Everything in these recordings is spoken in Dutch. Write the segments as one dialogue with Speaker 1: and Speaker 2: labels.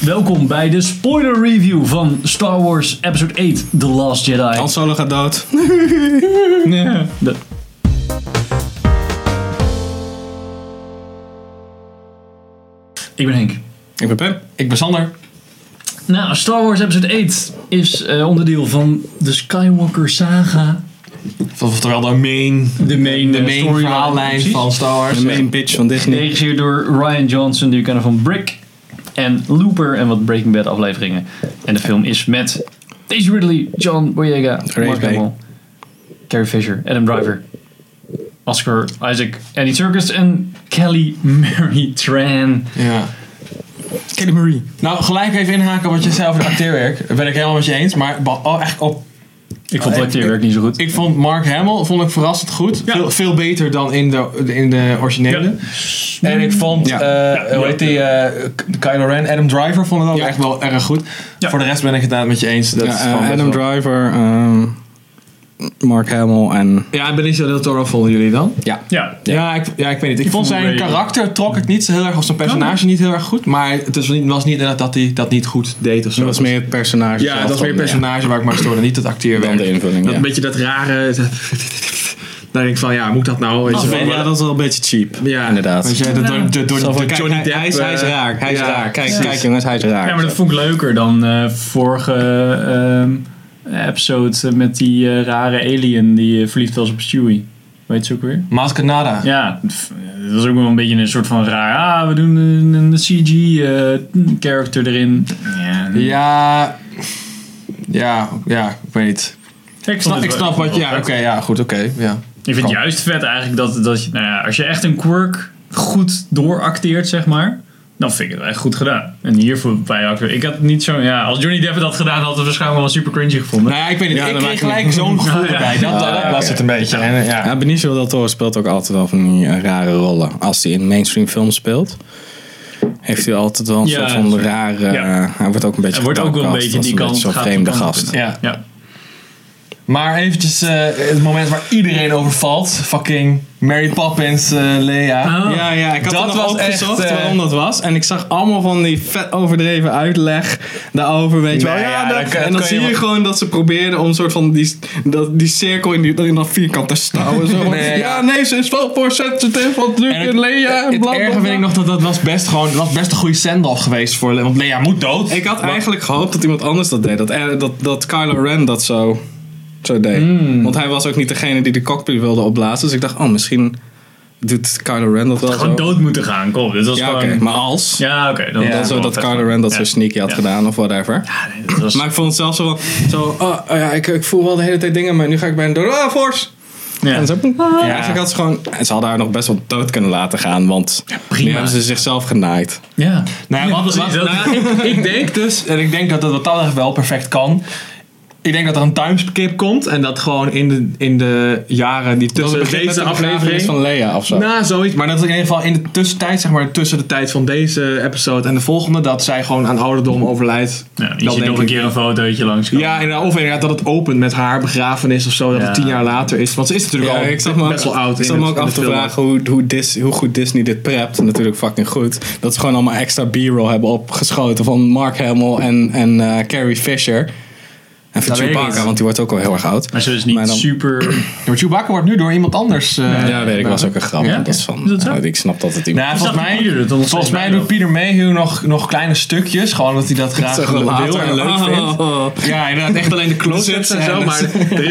Speaker 1: Welkom bij de spoiler review van Star Wars Episode 8 The Last Jedi.
Speaker 2: Han Solo gaat dood.
Speaker 1: Nee. De- Ik ben Henk.
Speaker 2: Ik ben Pim.
Speaker 3: Ik ben Sander.
Speaker 1: Nou, Star Wars Episode 8 is eh, onderdeel van de Skywalker saga.
Speaker 3: Dat was toch wel de main,
Speaker 1: De main, eh,
Speaker 3: de main verhaallijn van Star Wars.
Speaker 2: eh, De main bitch van Disney.
Speaker 1: Geregisseerd door Ryan Johnson, die we kennen van Brick en Looper en wat Breaking Bad afleveringen. En de film is met Daisy Ridley, John Boyega,
Speaker 2: Ray
Speaker 1: Mark
Speaker 2: Bay.
Speaker 1: Hamill, Carrie Fisher, Adam Driver, Oscar Isaac, Andy Serkis en Kelly Mary Tran.
Speaker 3: Ja.
Speaker 2: Kelly Marie.
Speaker 3: Nou, gelijk even inhaken op wat je zei over het acteerwerk. Daar ben ik helemaal met je eens. Maar ba- oh, eigenlijk op,
Speaker 1: Ik
Speaker 2: Oh,
Speaker 1: vond het werk niet zo goed.
Speaker 3: ik vond Mark Hamill vond ik verrassend goed.
Speaker 1: Ja.
Speaker 3: Veel, veel beter dan in de, in de originele. En ik vond,
Speaker 2: Ja.
Speaker 3: eh hoe heet die, eh, Ky- Kylo Ren, Adam Driver vond ik ook
Speaker 2: Ja.
Speaker 3: echt wel erg goed.
Speaker 1: Ja.
Speaker 3: Voor de rest ben ik het inderdaad met je eens. Dat is
Speaker 2: Ja,
Speaker 3: gewoon
Speaker 2: eh,
Speaker 3: best
Speaker 2: Adam
Speaker 3: wel-
Speaker 2: Driver, ehm, Mark Hamill en...
Speaker 3: Ja, Benicio Del Toro vonden jullie dan?
Speaker 2: Ja.
Speaker 1: Ja,
Speaker 3: Ja, ik, ja, ik weet niet. Ik, vond
Speaker 1: vond
Speaker 3: zijn
Speaker 1: Ray-
Speaker 3: karakter trok het niet zo heel erg, of zijn personage niet heel erg goed. Maar het is niet- was niet inderdaad dat hij dat niet goed deed of zo.
Speaker 2: Dat was meer het personage.
Speaker 3: ja,
Speaker 2: zelf
Speaker 3: dat was meer
Speaker 2: dan-
Speaker 3: het personage waar ik maar stoorde, niet het acteerwerk.
Speaker 2: Dan de invulling,
Speaker 3: Dat
Speaker 2: ja.
Speaker 3: een beetje dat rare... Daar denk ik van, ja, moet dat nou? Weet je
Speaker 2: Ja,
Speaker 3: wel.
Speaker 2: ja, dat was wel een beetje cheap.
Speaker 3: Ja,
Speaker 2: inderdaad.
Speaker 3: Weet je, dat Dus, eh, door, door, door,
Speaker 2: Zo van,
Speaker 3: door
Speaker 2: kijk,
Speaker 3: Johnny
Speaker 2: hij-
Speaker 3: Depp...
Speaker 2: Hij is, hij is
Speaker 3: eh,
Speaker 2: raar. Hij is
Speaker 3: ja,
Speaker 2: raar. Kijk,
Speaker 3: precies.
Speaker 2: kijk jongens, hij is raar.
Speaker 1: Ja, maar dat vond ik leuker dan eh, vorige ehm, episode met die eh, rare alien die eh, verliefd was op Stewie. Weet je ook weer?
Speaker 3: Mascanada.
Speaker 1: Ja, pff, dat was ook wel een beetje een soort van raar. Ah, we doen een, een CG-character erin. Ja,
Speaker 3: Ja... Ja, ja, ik weet niet.
Speaker 1: ik,
Speaker 3: Nou, Ik snap, ik snap wat... Ja, oké, ja, goed, oké. ja. Nou
Speaker 1: Ik vind het juist vet eigenlijk dat, dat je, nou ja, als je echt een quirk goed dooracteert, zeg maar. Dan vind ik het echt goed gedaan. En hiervoor bij acteur. Ik had niet zo. Ja, als Johnny Depp dat gedaan had, had het waarschijnlijk wel super cringy gevonden.
Speaker 3: Nou ja, ik weet niet.
Speaker 2: Ja,
Speaker 3: ik
Speaker 2: dan
Speaker 3: kreeg
Speaker 2: maak je-
Speaker 3: gelijk zo'n gevoel
Speaker 1: Ja, ja.
Speaker 3: erbij. Dat,
Speaker 2: Ja,
Speaker 3: dat
Speaker 2: ja,
Speaker 3: was
Speaker 2: oké.
Speaker 3: het een beetje. En, eh, ja.
Speaker 2: Ja, Benicio Del Toro speelt ook altijd wel van die eh, rare rollen. Als hij in mainstream films speelt, heeft hij altijd wel een
Speaker 1: Ja,
Speaker 2: soort van rare...
Speaker 1: Ja.
Speaker 2: eh, hij wordt ook een beetje
Speaker 1: Hij wordt ook wel een
Speaker 2: gedowncast
Speaker 1: beetje
Speaker 2: als
Speaker 1: die kant.
Speaker 2: Zo'n
Speaker 1: gaat
Speaker 2: vreemde
Speaker 1: die kant op.
Speaker 2: gast.
Speaker 3: Ja.
Speaker 1: Ja.
Speaker 3: Maar eventjes eh, het moment waar iedereen over valt. Fucking Mary Poppins, eh Lea.
Speaker 1: Oh.
Speaker 2: Ja, ja, ik had
Speaker 3: Dat
Speaker 2: dat
Speaker 3: was
Speaker 2: nog opgezocht
Speaker 3: echt, eh,
Speaker 2: waarom dat was. En ik zag allemaal van die vet overdreven uitleg daarover, weet je
Speaker 3: Nee,
Speaker 2: wel. Ja,
Speaker 3: ja,
Speaker 2: dat-
Speaker 3: dat kan-
Speaker 2: en
Speaker 3: dat
Speaker 2: dan
Speaker 3: kan
Speaker 2: zie
Speaker 3: je
Speaker 2: je
Speaker 3: wel-
Speaker 2: gewoon dat ze probeerden om een soort van die, dat, die cirkel in, die, in dat vierkant te stouwen. Zo.
Speaker 3: Nee,
Speaker 2: ja.
Speaker 3: ja.
Speaker 2: nee, ze is wel voor sensitive, want nu
Speaker 3: En het-
Speaker 2: en Lea en
Speaker 3: Het
Speaker 2: bla bla,
Speaker 3: erge
Speaker 2: bla.
Speaker 3: vind ik nog dat dat was best gewoon... Dat was best een goede send-off geweest voor Lea. Want Lea moet dood.
Speaker 2: Ik had eigenlijk gehoopt dat iemand anders dat deed. Dat, eh, dat, dat Kylo Ren dat zo, zo deed.
Speaker 1: Hmm.
Speaker 2: Want hij was ook niet degene die de cockpit wilde opblazen. Dus ik dacht, oh, misschien doet Kylo Ren dat wel
Speaker 1: Gewoon
Speaker 2: zo.
Speaker 1: dood moeten gaan, kom. Dit was
Speaker 2: Ja,
Speaker 1: gewoon...
Speaker 2: oké. Maar als...
Speaker 1: Ja, oké. dan,
Speaker 2: dan zo
Speaker 1: wel
Speaker 2: dat
Speaker 1: vet.
Speaker 2: Kylo Ren dat zo sneaky had
Speaker 1: Ja.
Speaker 2: gedaan of whatever.
Speaker 1: Ja, nee, dat was...
Speaker 2: Maar ik vond het zelfs zo van... Zo, oh, oh ja, ik, ik voel wel de hele tijd dingen, maar nu ga ik bij een door... Ah, force!
Speaker 1: ja.
Speaker 2: En zo... ah. Eigenlijk had ze gewoon... Ze hadden haar nog best wel dood kunnen laten gaan, want...
Speaker 1: prima.
Speaker 2: Nu hebben ze zichzelf genaaid.
Speaker 1: Ja.
Speaker 3: Nou, ja,
Speaker 1: Ja,
Speaker 3: wat,
Speaker 1: precies,
Speaker 3: wat-
Speaker 1: dat-
Speaker 3: nou ja, ik, ik denk dus, en ik denk dat dat wat dat betreft wel perfect kan. Ik denk dat er een timeskip komt en dat gewoon in de, in de jaren die tussen deze aflevering.
Speaker 2: van Leia of zo.
Speaker 3: Nou, zoiets. Maar dat is in ieder geval in de tussentijd, zeg maar, tussen de tijd van deze episode en de volgende, dat zij gewoon aan ouderdom overlijdt.
Speaker 1: Ja, je
Speaker 3: Dat
Speaker 1: ziet
Speaker 3: denk
Speaker 1: nog een
Speaker 3: ik.
Speaker 1: keer een fotootje langs.
Speaker 3: Ja, en, of inderdaad dat het opent met haar begrafenis of zo, dat
Speaker 1: Ja.
Speaker 3: het tien jaar later is. Want ze is natuurlijk
Speaker 2: Ja,
Speaker 3: al
Speaker 2: ik zat me ook,
Speaker 3: best wel oud.
Speaker 2: Ik
Speaker 3: in
Speaker 2: zat me
Speaker 3: het-
Speaker 2: ook
Speaker 3: in de
Speaker 2: af te
Speaker 3: film.
Speaker 2: vragen hoe, hoe, Dis, hoe goed Disney dit prept. Natuurlijk fucking goed. Dat ze gewoon allemaal extra B-roll hebben opgeschoten van Mark Hamill en, en eh, Carrie Fisher. En van
Speaker 3: Dat weet ik
Speaker 2: Chewbacca,
Speaker 3: niet.
Speaker 2: want die wordt ook al heel erg oud.
Speaker 1: Maar ze is niet
Speaker 2: Maar dan-
Speaker 1: super...
Speaker 3: Ja, maar Chewbacca wordt nu door iemand anders. eh,
Speaker 2: Ja, weet ik, was ook een grap.
Speaker 1: Ja?
Speaker 2: want Dat is van,
Speaker 1: Is dat zo?
Speaker 2: nou, ik snap dat het iemand...
Speaker 3: Nou,
Speaker 1: Ik
Speaker 3: volgens
Speaker 1: dacht
Speaker 3: mij,
Speaker 1: dat Pieter het nog
Speaker 3: volgens
Speaker 1: steeds
Speaker 3: mij
Speaker 1: bij
Speaker 3: doet Peter Mayhew nog, nog kleine stukjes. Gewoon dat hij dat graag
Speaker 2: Zo
Speaker 3: wil
Speaker 2: later.
Speaker 3: en leuk
Speaker 2: Oh.
Speaker 3: vindt. Ja, inderdaad, echt alleen de close-ups Ah. en zo. Maar er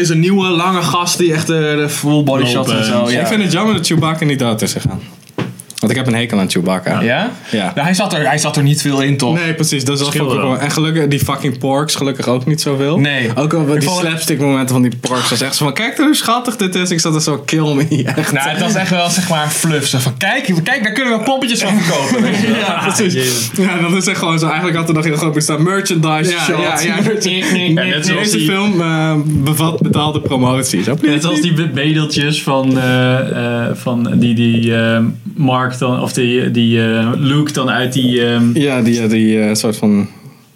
Speaker 3: is een nieuwe, lange gast die echt eh, de full body shots en zo.
Speaker 1: Lopen.
Speaker 3: Ja?
Speaker 2: Ik vind het jammer dat Chewbacca niet dood is gegaan. Oh, Want ik heb een hekel aan Chewbacca.
Speaker 3: ja?
Speaker 2: Ja.
Speaker 3: Nou, hij, zat er, hij zat er niet veel in, toch?
Speaker 2: Nee, precies. Dat is
Speaker 1: Verschil
Speaker 2: ook
Speaker 1: wel.
Speaker 2: wel. En gelukkig die fucking porks, gelukkig ook niet zoveel.
Speaker 3: Nee.
Speaker 2: Ook al
Speaker 3: Ik
Speaker 2: die
Speaker 3: vond-
Speaker 2: slapstick momenten van die porks was echt zo van, kijk hoe schattig dit is. Ik zat er zo, kill me. Echt.
Speaker 3: Nou, het was echt wel zeg maar fluff. Zo van, kijk, kijk, daar kunnen we poppetjes van verkopen. weet je wel.
Speaker 2: Ja, precies. Ja, dat is echt gewoon zo. Eigenlijk had er nog heel groot bestaan. Merchandise
Speaker 3: Ja,
Speaker 2: shot.
Speaker 3: ja, ja.
Speaker 1: Ja, net zoals
Speaker 2: Deze
Speaker 1: die-
Speaker 2: film eh, bevat betaalde promotie. Zo.
Speaker 1: Net zoals die be- bedeltjes van, eh, eh, van die, die eh, Mark dan, of die, die eh, Luke dan uit die, ehm,
Speaker 2: Ja, die, eh, die eh, soort van...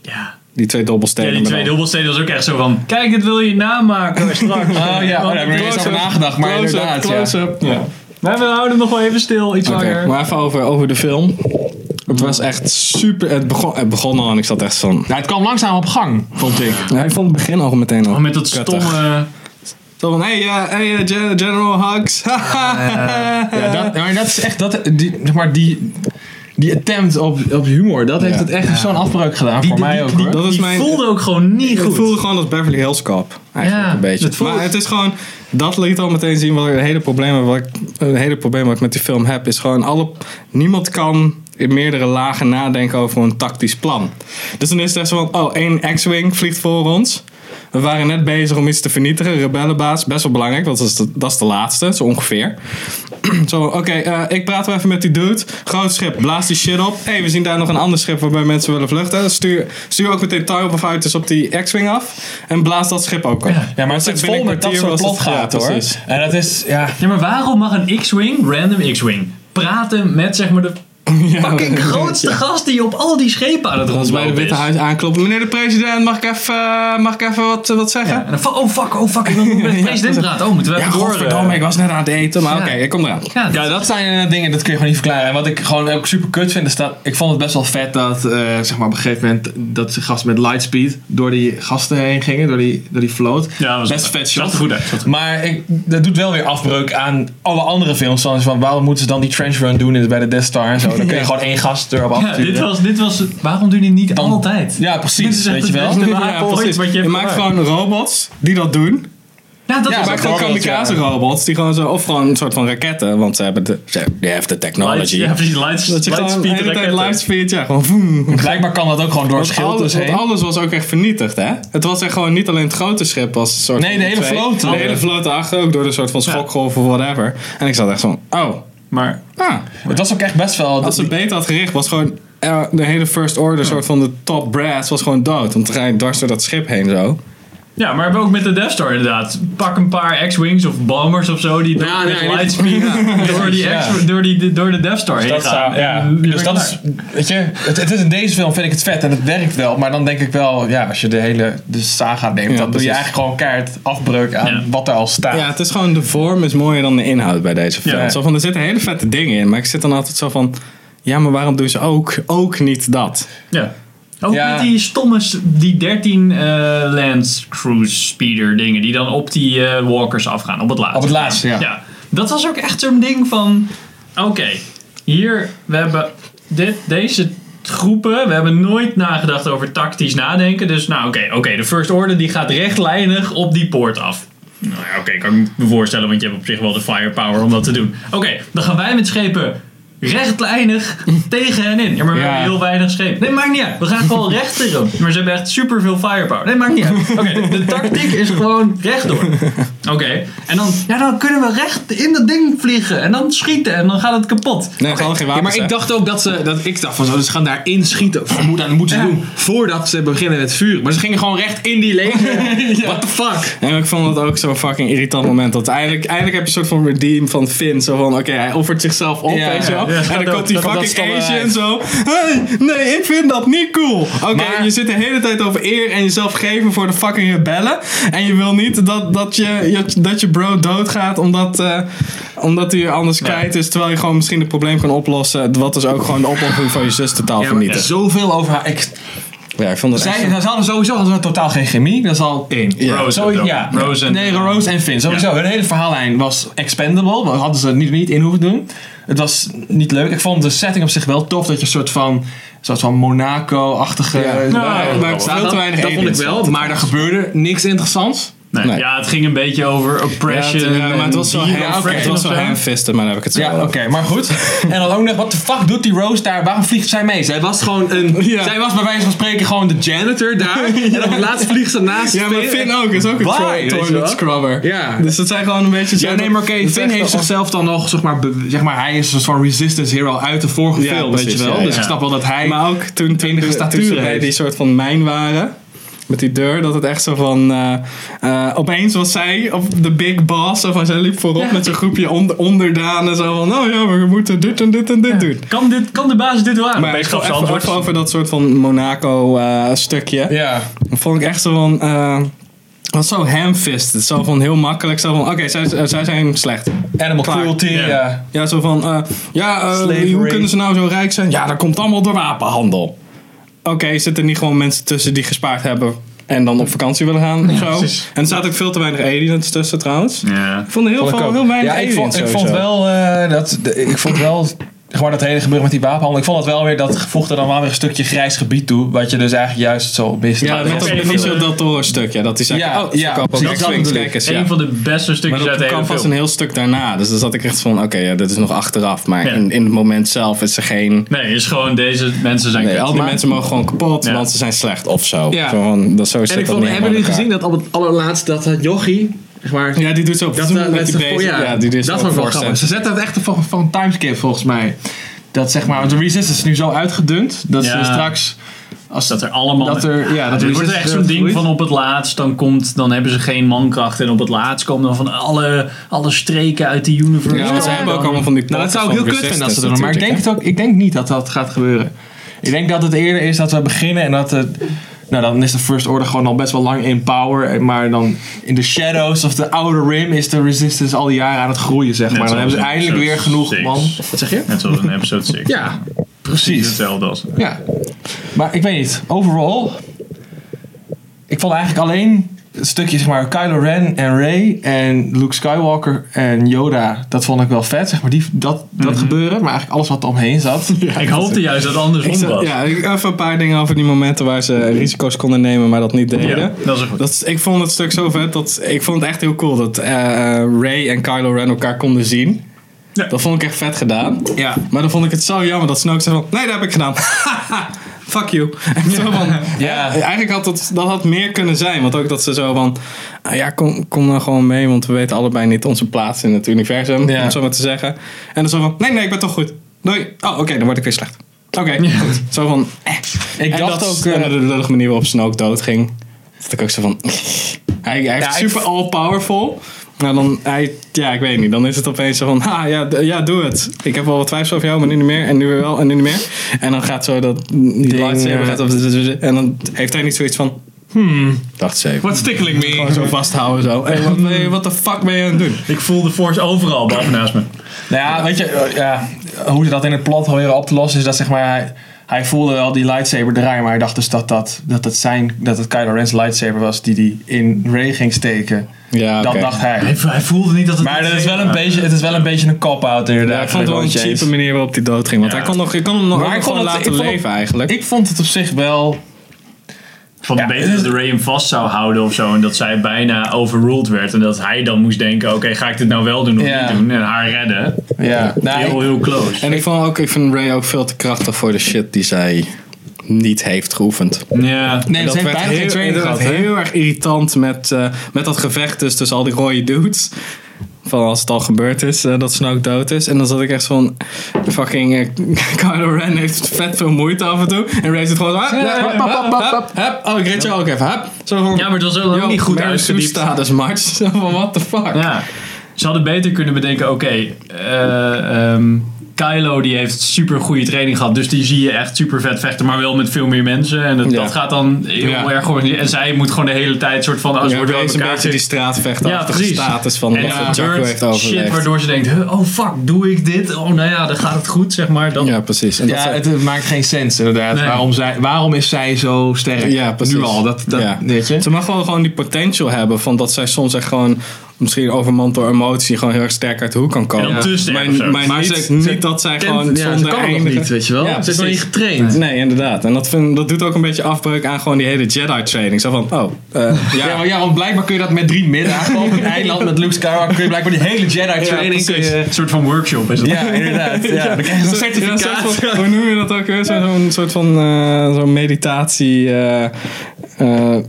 Speaker 1: ja.
Speaker 2: Die twee dobbelstenen.
Speaker 1: ja, die twee dubbelstenen was ook echt zo van, kijk dit wil je namaken straks.
Speaker 3: Oh ja, oh, daar heb ik niet eens over nagedacht. Maar
Speaker 2: Close-up,
Speaker 3: inderdaad, ja.
Speaker 2: close-up.
Speaker 1: Maar we houden nog wel even stil, iets
Speaker 2: Oké,
Speaker 1: langer.
Speaker 2: maar even over, over de film. Het was echt super. Het begon, het begon al en ik zat echt van.
Speaker 3: Nou, het kwam langzaam op gang, vond ik.
Speaker 2: Ja, ik vond het begin al meteen al.
Speaker 1: Oh, met dat
Speaker 2: prettig.
Speaker 1: stomme...
Speaker 2: Zo van, hey, eh, hey eh, Gen- General Hux.
Speaker 3: Ja, dat, maar dat is echt, dat, die, zeg maar, die, die attempt op, op humor, dat heeft
Speaker 2: Ja.
Speaker 3: het echt zo'n afbreuk gedaan voor
Speaker 1: die-
Speaker 3: mij
Speaker 1: die-
Speaker 3: ook
Speaker 1: die-
Speaker 3: hoor.
Speaker 2: dat is
Speaker 1: die
Speaker 2: mijn-
Speaker 1: voelde ook gewoon niet
Speaker 2: Ik
Speaker 1: goed.
Speaker 2: voelde gewoon als Beverly Hills Cop. Eigenlijk
Speaker 1: Ja,
Speaker 2: een beetje.
Speaker 1: het voelt-
Speaker 2: Maar het is gewoon... Dat liet al meteen zien wat ik- het hele probleem wat ik, het hele probleem wat ik met die film heb. Is gewoon alle... Niemand kan in meerdere lagen nadenken over een tactisch plan. Dus dan is het echt zo van... Oh, één X-Wing vliegt voor ons. We waren net bezig om iets te vernietigen. Rebellenbaas, best wel belangrijk. Want dat is de, dat is de laatste, zo ongeveer. Zo, oké, eh, ik praat wel even met die dude. Groot schip, blaas die shit op. Hé, hey, we zien daar nog een ander schip waarbij mensen willen vluchten. Stuur, stuur ook meteen Tower of Fighters op die X-Wing af. En blaas dat schip ook op.
Speaker 3: ja, maar het
Speaker 2: zit
Speaker 3: zit vol met dat soort plotgaten hoor. En dat is, ja,
Speaker 1: Ja, maar waarom mag een X-Wing, random X-Wing, praten met zeg maar de fucking grootste gast die op al die schepen aan het
Speaker 2: Als bij
Speaker 1: rondlopen
Speaker 2: het Witte
Speaker 1: is?
Speaker 2: Huis aankloppen. Meneer de president, mag ik even, eh, mag ik even wat, wat zeggen?
Speaker 1: Ja, en dan, van, oh fuck, oh fuck, ik moet met de president praten. Oh, moeten we
Speaker 2: Ja,
Speaker 1: even door.
Speaker 2: godverdomme, ik was net aan het eten. Maar
Speaker 1: Ja.
Speaker 2: oké, ik kom eraan.
Speaker 1: Ja,
Speaker 3: Ja, dat zijn eh, dingen, dat kun je gewoon niet verklaren. En wat ik gewoon ook super kut vind, is dat ik vond het best wel vet dat, eh, zeg maar op een gegeven moment, dat ze gasten met lightspeed door die gasten heen gingen, door die, door die float.
Speaker 1: Ja, was
Speaker 3: best vet shot.
Speaker 1: Dat goed uit. dat-
Speaker 3: Maar ik, dat doet wel weer afbreuk aan alle andere films. Zoals van, waarom moeten ze dan die trench run doen in- bij de Death Star en zo? Dan kun je gewoon één gast erop
Speaker 1: Ja,
Speaker 3: afsturen.
Speaker 1: dit was, dit was, waarom doen die niet altijd?
Speaker 3: Ja,
Speaker 1: Dit
Speaker 3: precies,
Speaker 1: is echt
Speaker 3: weet je
Speaker 1: het
Speaker 3: wel.
Speaker 1: beste wapen
Speaker 2: Ja,
Speaker 1: ooit
Speaker 2: precies.
Speaker 1: wat je
Speaker 2: Je
Speaker 1: hebt
Speaker 2: maakt
Speaker 1: gemaakt.
Speaker 2: gewoon robots die dat doen.
Speaker 1: Ja, dat
Speaker 3: Ja,
Speaker 1: is
Speaker 2: Maar
Speaker 1: ook
Speaker 3: maakt
Speaker 2: gewoon
Speaker 3: robots,
Speaker 2: kamikaze robots die gewoon zo, of gewoon een soort van raketten, want ze hebben de, ze they have the
Speaker 1: lights,
Speaker 2: technology.
Speaker 1: ja, precies, lights,
Speaker 2: dat je gewoon de
Speaker 1: lightspeed
Speaker 2: hele tijd
Speaker 1: raketten.
Speaker 2: lightspeed, ja, gewoon voem.
Speaker 3: Blijkbaar kan dat ook gewoon door het
Speaker 2: Want
Speaker 3: schild
Speaker 2: alles,
Speaker 3: dus
Speaker 2: want
Speaker 3: heen.
Speaker 2: alles was ook echt vernietigd, hè? Het was echt gewoon niet alleen het grote schip was een soort
Speaker 3: Nee,
Speaker 2: van
Speaker 3: de hele
Speaker 2: twee.
Speaker 3: vloot.
Speaker 2: De hele vloot daarachter, ook door een soort van schokgolf of whatever. En ik zat echt van, oh,
Speaker 1: Maar
Speaker 2: ah.
Speaker 3: Het was ook echt best wel...
Speaker 2: Als ze beter had gericht, was gewoon eh, de hele first order, soort van de top brass, was gewoon dood. Want dan ga je dwars door dat schip heen zo.
Speaker 1: Ja, maar ook met de Death Star inderdaad. Pak een paar X-Wings of bombers of zo die door,
Speaker 3: Ja,
Speaker 1: met
Speaker 3: nee,
Speaker 1: lightspeed door, die
Speaker 3: Ja.
Speaker 1: X- door, die, door de Death Star heen
Speaker 3: Dus Dat
Speaker 1: gaan.
Speaker 3: zou, ja.
Speaker 1: En je
Speaker 3: Dus
Speaker 1: bent
Speaker 3: dat
Speaker 1: klaar.
Speaker 3: is, weet je, het, het is in deze film vind ik het vet en het werkt wel, maar dan denk ik wel, ja, als je de hele de saga neemt,
Speaker 2: Ja,
Speaker 3: dan doe je
Speaker 2: precies.
Speaker 3: eigenlijk gewoon kaart afbreuk aan
Speaker 1: Ja.
Speaker 3: wat er al staat.
Speaker 2: Ja, het is gewoon de vorm is mooier dan de inhoud bij deze film.
Speaker 1: Ja.
Speaker 2: Zo van, er zitten hele vette dingen in, maar ik zit dan altijd zo van... Ja, maar waarom doen ze ook, ook niet dat?
Speaker 1: Ja. Ook
Speaker 3: Ja.
Speaker 1: met die stomme, s- die 13 eh Land Cruise Speeder dingen die dan op die eh, walkers afgaan, op het laatst.
Speaker 3: Op het laatst, ja.
Speaker 1: Dat was ook echt zo'n ding van, oké, hier, we hebben dit, deze groepen, we hebben nooit nagedacht over tactisch nadenken, dus nou oké, oké, de First Order die gaat rechtlijnig op die poort af. Nou ja, oké, kan ik me voorstellen, want je hebt op zich wel de firepower om dat te doen. Oké, dan gaan wij met schepen rechtlijnig tegen hen in. Ja, maar we
Speaker 2: Ja.
Speaker 1: hebben heel weinig schepen. Nee, maakt niet uit. We gaan gewoon recht erop. Maar ze hebben echt superveel firepower. Nee, maakt niet uit. Oké, de, de tactiek is gewoon rechtdoor. Oké, en dan, ja, dan kunnen we recht in dat ding vliegen. En dan schieten en dan gaat het kapot.
Speaker 2: Nee, gewoon geen wapens. hè?
Speaker 3: dacht ook dat ze, dat ik dacht van zo, ze gaan daarin schieten. Vermoed aan, moeten
Speaker 1: ze doen
Speaker 3: voordat ze beginnen met vuur. Maar ze gingen gewoon recht in die laser. What the fuck?
Speaker 2: En ik vond het ook zo'n fucking irritant moment. Dat eigenlijk, eigenlijk heb je een soort van redeem van Finn. Zo van, oké, hij offert zichzelf op,
Speaker 3: Ja,
Speaker 2: weet je wel.
Speaker 1: ja, ja,
Speaker 2: en dan
Speaker 1: dat-
Speaker 2: komt die
Speaker 1: dat-
Speaker 3: dat
Speaker 2: fucking
Speaker 3: stomme
Speaker 2: Asian
Speaker 3: uit.
Speaker 2: zo. Hey, nee, ik vind dat niet cool. Oké,
Speaker 3: Maar-
Speaker 2: je zit de hele tijd over eer en jezelf geven voor de fucking rebellen. En je wil niet dat, dat, je, je- dat je bro doodgaat omdat, eh, omdat hij je anders kwijt is. Terwijl je gewoon misschien het probleem kan oplossen. Wat dus ook gewoon de oplossing van je zus totaal vernietigt.
Speaker 3: Zoveel over haar. Ik,
Speaker 2: Ja, ik vond het echt...
Speaker 3: zij, ze hadden sowieso hadden ze totaal geen chemie. Dat is al één.
Speaker 2: Ja.
Speaker 1: Rose
Speaker 3: Zo,
Speaker 1: en zo.
Speaker 3: ja.
Speaker 1: Rose en-
Speaker 3: nee, Rose en Finn. Sowieso. Hun hele verhaallijn was expendable. Dat hadden ze het niet, niet in hoeven doen. Het was niet leuk. Ik vond de setting op zich wel tof. Dat je een soort van, soort van Monaco-achtige...
Speaker 2: Ja.
Speaker 3: eh,
Speaker 2: Nou,
Speaker 1: maar
Speaker 3: daar
Speaker 1: het
Speaker 3: staat
Speaker 2: veel
Speaker 3: dat.
Speaker 2: te weinig
Speaker 3: Dat vond ik
Speaker 2: aliens.
Speaker 3: wel. Maar er gebeurde niks interessants.
Speaker 1: Nee.
Speaker 2: Nee.
Speaker 1: Ja, het ging een beetje over oppression.
Speaker 2: Ja, het- ja, maar het was zo
Speaker 1: en
Speaker 2: hand-
Speaker 1: oppression
Speaker 2: het was zo
Speaker 1: of zo.
Speaker 2: handfisten, maar daar heb ik het zo
Speaker 3: Ja,
Speaker 2: wel
Speaker 3: oké. maar goed. en dan ook nog, wat de fuck doet die Rose daar? Waarom vliegt zij mee? Zij was gewoon een...
Speaker 2: Ja.
Speaker 3: Zij was bij wijze van spreken gewoon de janitor daar. En op het laatst vliegt ze naast
Speaker 2: Ja, maar
Speaker 3: Finn.
Speaker 2: Finn ook. Is ook een
Speaker 3: Why,
Speaker 2: tro-
Speaker 3: weet je wel?
Speaker 2: toilet scrubber.
Speaker 3: Ja.
Speaker 2: Dus dat zijn gewoon een beetje...
Speaker 3: Ja, nee, maar oké, Finn heeft zichzelf dan nog, zeg maar, be- zeg maar, hij is een soort van resistance hero uit de vorige
Speaker 2: Ja,
Speaker 3: film, weet
Speaker 2: precies,
Speaker 3: je wel.
Speaker 2: ja, ja.
Speaker 3: Dus ik snap wel dat hij...
Speaker 2: Maar ook toen, toen,
Speaker 3: enige
Speaker 2: toen,
Speaker 3: statuur
Speaker 2: ze dus bij
Speaker 3: heeft.
Speaker 2: die soort van mijn waren... Met die deur, dat het echt zo van... eh, eh, opeens was zij op de big boss. Of zij liep voorop met zo'n groepje onder, onderdanen. Zo van, oh ja, maar we moeten dit en dit en dit doen.
Speaker 1: Kan, dit, kan de basis dit wel aan?
Speaker 2: Maar
Speaker 1: ik
Speaker 2: ik
Speaker 1: gaf
Speaker 2: gaf
Speaker 1: ze
Speaker 2: even,
Speaker 1: antwoord.
Speaker 2: even over dat soort van Monaco eh, stukje.
Speaker 3: ja.
Speaker 2: Dan vond ik echt zo van... eh, Wat zo hamfisted. Zo van heel makkelijk. Zo van, oké, zij, eh, zij zijn slecht.
Speaker 3: Animal
Speaker 2: Klaar.
Speaker 3: cruelty.
Speaker 1: Ja.
Speaker 3: ja.
Speaker 2: Ja, zo van, eh, ja, eh,
Speaker 3: Slavery.
Speaker 2: hoe kunnen ze nou zo rijk zijn? Ja, dat komt allemaal door wapenhandel. Oké, zitten er niet gewoon mensen tussen die gespaard hebben en dan op vakantie willen gaan? of zo?
Speaker 1: precies.
Speaker 2: En er zaten ook veel te weinig aliens tussen trouwens.
Speaker 1: Ja.
Speaker 2: Ik vond er heel,
Speaker 3: Vond ik
Speaker 2: veel,
Speaker 3: ook.
Speaker 2: heel weinig
Speaker 3: ja, ik vond,
Speaker 2: aliens
Speaker 3: ik vond
Speaker 2: sowieso.
Speaker 3: wel eh, dat. de- ik vond wel. Gewoon dat hele gebeuren met die wapenhandel. Ik vond het wel weer dat voegde dan wel weer een stukje grijs gebied toe. Wat je dus eigenlijk juist zo mist.
Speaker 2: Ja,
Speaker 3: Maar
Speaker 2: dat
Speaker 1: is
Speaker 2: was
Speaker 1: even-
Speaker 2: Benicio del Toro stuk. Ja, dat is eigenlijk...
Speaker 3: Ja,
Speaker 2: oh, ze
Speaker 3: ja,
Speaker 2: kopen ook
Speaker 3: precies.
Speaker 2: X-Wings,
Speaker 1: Dat bedoel ik.
Speaker 2: kijk eens, ja.
Speaker 1: Een van de beste
Speaker 2: Maar
Speaker 1: stukjes uit de
Speaker 2: dat
Speaker 1: hele
Speaker 2: kwam vast
Speaker 1: film.
Speaker 2: een heel stuk daarna. Dus dan zat ik echt van, oké, ja, dit is nog achteraf. Maar
Speaker 1: Ja.
Speaker 2: in, in het moment zelf is er geen...
Speaker 1: Nee, is gewoon deze mensen zijn
Speaker 2: Nee, al die
Speaker 1: kut.
Speaker 2: mensen mogen gewoon kapot,
Speaker 1: Ja.
Speaker 2: want ze zijn slecht of zo.
Speaker 3: Ja.
Speaker 2: Zo van, dat, zo zit
Speaker 4: En ik
Speaker 2: dat
Speaker 4: vond,
Speaker 2: niet
Speaker 4: hebben jullie
Speaker 2: helemaal in
Speaker 4: gezien
Speaker 2: elkaar.
Speaker 4: dat op het allerlaatst dat het jochie, zeg maar,
Speaker 2: Ja, die doet zo...
Speaker 4: dat,
Speaker 2: met
Speaker 4: eh, met
Speaker 2: die
Speaker 4: zijn
Speaker 2: bezem.
Speaker 4: voor- ja,
Speaker 2: Ja, die is
Speaker 4: dat
Speaker 2: ook
Speaker 4: vond ik wel
Speaker 2: voorstel.
Speaker 4: grappig.
Speaker 3: Ze zetten het echt van, van een timescape volgens mij. Dat zeg maar, want de Resistance is nu zo uitgedund. Dat
Speaker 1: Ja.
Speaker 3: ze straks. Als
Speaker 1: Dat er allemaal...
Speaker 3: Dat er, ja, dat
Speaker 1: het
Speaker 3: er
Speaker 1: wordt
Speaker 3: resistance
Speaker 1: echt zo'n ding
Speaker 3: groeit.
Speaker 1: van op het laatst, dan, komt, dan hebben ze geen mankracht. En op het laatst komen dan van alle, alle streken uit de universe.
Speaker 2: Ja, want ze hebben ook allemaal van die
Speaker 3: Nou, dat zou ik heel kut vinden als ze dat doen. Maar ik denk,
Speaker 2: natuurlijk,
Speaker 3: het ook, ik denk niet dat dat gaat gebeuren. Ik denk dat het eerder is dat we beginnen en dat het... Nou, dan is de First Order gewoon al best wel lang in power. Maar dan in de shadows of de Outer Rim is de Resistance al die jaren aan het groeien, zeg maar. Dan
Speaker 1: zoals
Speaker 3: hebben ze
Speaker 1: in
Speaker 3: eindelijk weer
Speaker 1: episode
Speaker 3: genoeg,
Speaker 1: six.
Speaker 3: man.
Speaker 4: wat zeg je?
Speaker 1: Net zoals in episode 6.
Speaker 4: Ja,
Speaker 3: Precies.
Speaker 1: Hetzelfde als...
Speaker 3: Ja. Maar ik weet niet. Overall, ik vond eigenlijk alleen het stukje, zeg maar, Kylo Ren en Rey en Luke Skywalker en Yoda. Dat vond ik wel vet, zeg maar. Die, dat dat
Speaker 2: Mhm.
Speaker 3: gebeuren, maar eigenlijk alles wat er omheen zat.
Speaker 1: ik hoopte juist dat het andersom
Speaker 2: ik zou-
Speaker 1: was.
Speaker 2: Ja, ik- even een paar dingen over die momenten waar ze risico's konden nemen, maar dat niet deden.
Speaker 1: Ja, dat is een goed.
Speaker 2: Dat, is- ik vond het stuk zo vet. Dat, ik vond het echt heel cool dat eh, eh, Ray en Kylo Ren elkaar konden zien.
Speaker 1: Ja.
Speaker 2: Dat vond ik echt vet gedaan.
Speaker 3: Ja.
Speaker 2: Maar dan vond ik het zo jammer dat Snoke zei van... Nee, dat heb ik gedaan. Fuck you. En zo van,
Speaker 3: Ja.
Speaker 2: Eigenlijk had dat, dat had meer kunnen zijn. Want ook dat ze zo van... ah ja, kom, kom dan gewoon mee. Want we weten allebei niet onze plaats in het universum.
Speaker 3: Ja.
Speaker 2: Om het zo maar te zeggen. En dan zo van... Nee, nee, ik ben toch goed. Doei. Oh, oké. dan word ik weer slecht. Oké, goed. Zo van... eh.
Speaker 3: Ik
Speaker 2: en
Speaker 3: dacht
Speaker 2: dat
Speaker 3: ook...
Speaker 2: is- en
Speaker 3: eh,
Speaker 2: de lullige manier waarop Snoke doodging. Dat ik ook zo van... hij hij
Speaker 3: Ja,
Speaker 2: is
Speaker 3: ik-
Speaker 2: super all-powerful. Maar dan... Hij, ja, ik weet niet. Dan is het opeens zo van... Ha, ja, d- ja, doe het. Ik heb wel wat twijfels over jou, maar nu niet meer. En nu weer wel, en nu niet meer. En dan gaat zo dat... Die
Speaker 3: Ding,
Speaker 2: lightsaber
Speaker 3: eh.
Speaker 2: gaat... op- En dan heeft hij niet zoiets van... Hmm. Dacht ze even.
Speaker 3: What's tickling me?
Speaker 2: Gewoon zo vasthouden zo. Hey, wat, ben je- wat de fuck ben je aan het doen?
Speaker 1: Ik voel de force overal, behalve naast me.
Speaker 3: Nou ja, weet je, eh, ja, hoe ze dat in het plot proberen op te lossen is dat zeg maar hij, hij voelde wel die lightsaber draaien, maar hij dacht dus dat dat, dat het zijn, dat het Kylo Ren's lightsaber was die hij in Rey ging steken.
Speaker 2: Ja, oké.
Speaker 3: Dat dacht hij.
Speaker 1: Hij, hij voelde niet dat het...
Speaker 3: Maar dat is wel een beetje, het is wel een beetje een cop-out inderdaad.
Speaker 2: Ja, ik vond het wel een
Speaker 3: James.
Speaker 2: cheap manier waarop hij doodging. Want
Speaker 1: Ja.
Speaker 2: hij kon, nog, je kon hem nog
Speaker 3: Maar
Speaker 2: ook
Speaker 3: ik
Speaker 2: nog
Speaker 3: vond
Speaker 2: gewoon
Speaker 3: het-
Speaker 2: laten
Speaker 3: ik vond-
Speaker 2: leven eigenlijk.
Speaker 3: Ik vond het op zich wel...
Speaker 1: Van de
Speaker 3: Ja,
Speaker 1: beter
Speaker 3: het is-
Speaker 1: dat de Ray hem vast zou houden of zo. En dat zij bijna overruled werd. En dat hij dan moest denken, oké, ga ik dit nou wel doen of
Speaker 3: Ja.
Speaker 1: niet doen? En haar redden.
Speaker 3: Ja, nou,
Speaker 1: heel,
Speaker 3: ik-
Speaker 1: heel close.
Speaker 2: En ik vond ook, ik vind Ray ook veel te krachtig voor de shit die zij niet heeft geoefend.
Speaker 1: ja.
Speaker 3: nee, ze
Speaker 2: Dat
Speaker 3: heeft
Speaker 2: werd
Speaker 3: bijna
Speaker 2: heel,
Speaker 3: geen training
Speaker 2: dat werd
Speaker 3: gehad. hè?
Speaker 2: heel erg irritant met, eh, met dat gevecht dus tussen al die rode dudes. Van als het al gebeurd is, eh, dat Snoke dood is. En dan zat ik echt van, fucking eh, Kylo Ren heeft vet veel moeite af en toe. En Ray zit gewoon zo, hup, hup, hup, hup, hup, hup, hup. Oh, ik red jou ook even, hup. Zo van,
Speaker 1: Ja, maar dat was ook
Speaker 2: yo,
Speaker 1: niet goed
Speaker 2: Mary Sue
Speaker 1: uitgediept.
Speaker 2: status match. Zo van, what the fuck.
Speaker 1: Ja. Ze hadden beter kunnen bedenken, oké, eh, ehm, Kylo die heeft super goede training gehad. Dus die zie je echt super vet vechten, maar wel met veel meer mensen. En dat,
Speaker 2: Ja.
Speaker 1: dat gaat dan heel
Speaker 2: Ja.
Speaker 1: erg gewoon. En zij moet gewoon de hele tijd soort van, als
Speaker 2: Ja,
Speaker 1: ja, wordt wel
Speaker 2: Ray
Speaker 1: met
Speaker 2: is een
Speaker 1: elkaar
Speaker 2: beetje die
Speaker 1: zitten.
Speaker 2: straatvechtachtige
Speaker 1: Ja, precies.
Speaker 2: status van
Speaker 1: En
Speaker 2: wat
Speaker 1: ja,
Speaker 2: voor Jacko
Speaker 1: gebeurt
Speaker 2: heeft overleefd.
Speaker 1: shit waardoor ze denkt, huh, oh fuck, doe ik dit? Oh nou ja, dan gaat het goed, zeg maar. Dan,
Speaker 2: Ja, precies. En dat
Speaker 3: Ja,
Speaker 2: zijn-
Speaker 3: het, eh, maakt geen sens inderdaad.
Speaker 1: Nee.
Speaker 3: Waarom, zij, waarom is zij zo sterk?
Speaker 2: Ja, precies.
Speaker 3: Nu al, dat, dat
Speaker 2: Ja.
Speaker 3: weet je.
Speaker 2: Ze mag wel gewoon die potential hebben van dat zij soms echt gewoon, misschien overmand door emotie, gewoon heel erg sterk uit de hoek kan komen.
Speaker 1: En dan te sterk
Speaker 2: maar
Speaker 1: of zo.
Speaker 2: maar,
Speaker 4: Maar
Speaker 2: niet,
Speaker 4: ze-
Speaker 2: niet
Speaker 4: ze-
Speaker 2: dat zij
Speaker 4: Tent-
Speaker 2: gewoon
Speaker 4: ja, ze
Speaker 2: zonder
Speaker 4: kan het nog
Speaker 2: eindigen.
Speaker 4: niet, weet je wel.
Speaker 2: Ja,
Speaker 4: ze is nog niet
Speaker 2: precies.
Speaker 4: getraind.
Speaker 2: Nee, inderdaad. En dat, vind, dat doet ook een beetje afbreuk aan gewoon die hele Jedi-training. Zo van, oh, eh, ja,
Speaker 3: Ja, maar ja, want blijkbaar kun je dat met drie middagen op een eiland met Luke Skywalker. Kun je blijkbaar die hele Jedi training. kun je-
Speaker 1: Een soort van workshop is dat.
Speaker 3: Ja, inderdaad. Ja. Dan krijg je zo'n
Speaker 2: Ja, een soort
Speaker 3: certificaat.
Speaker 2: van- hoe noem je dat ook weer? Zo- Zo'n soort van eh, zo'n meditatie. eh, eh,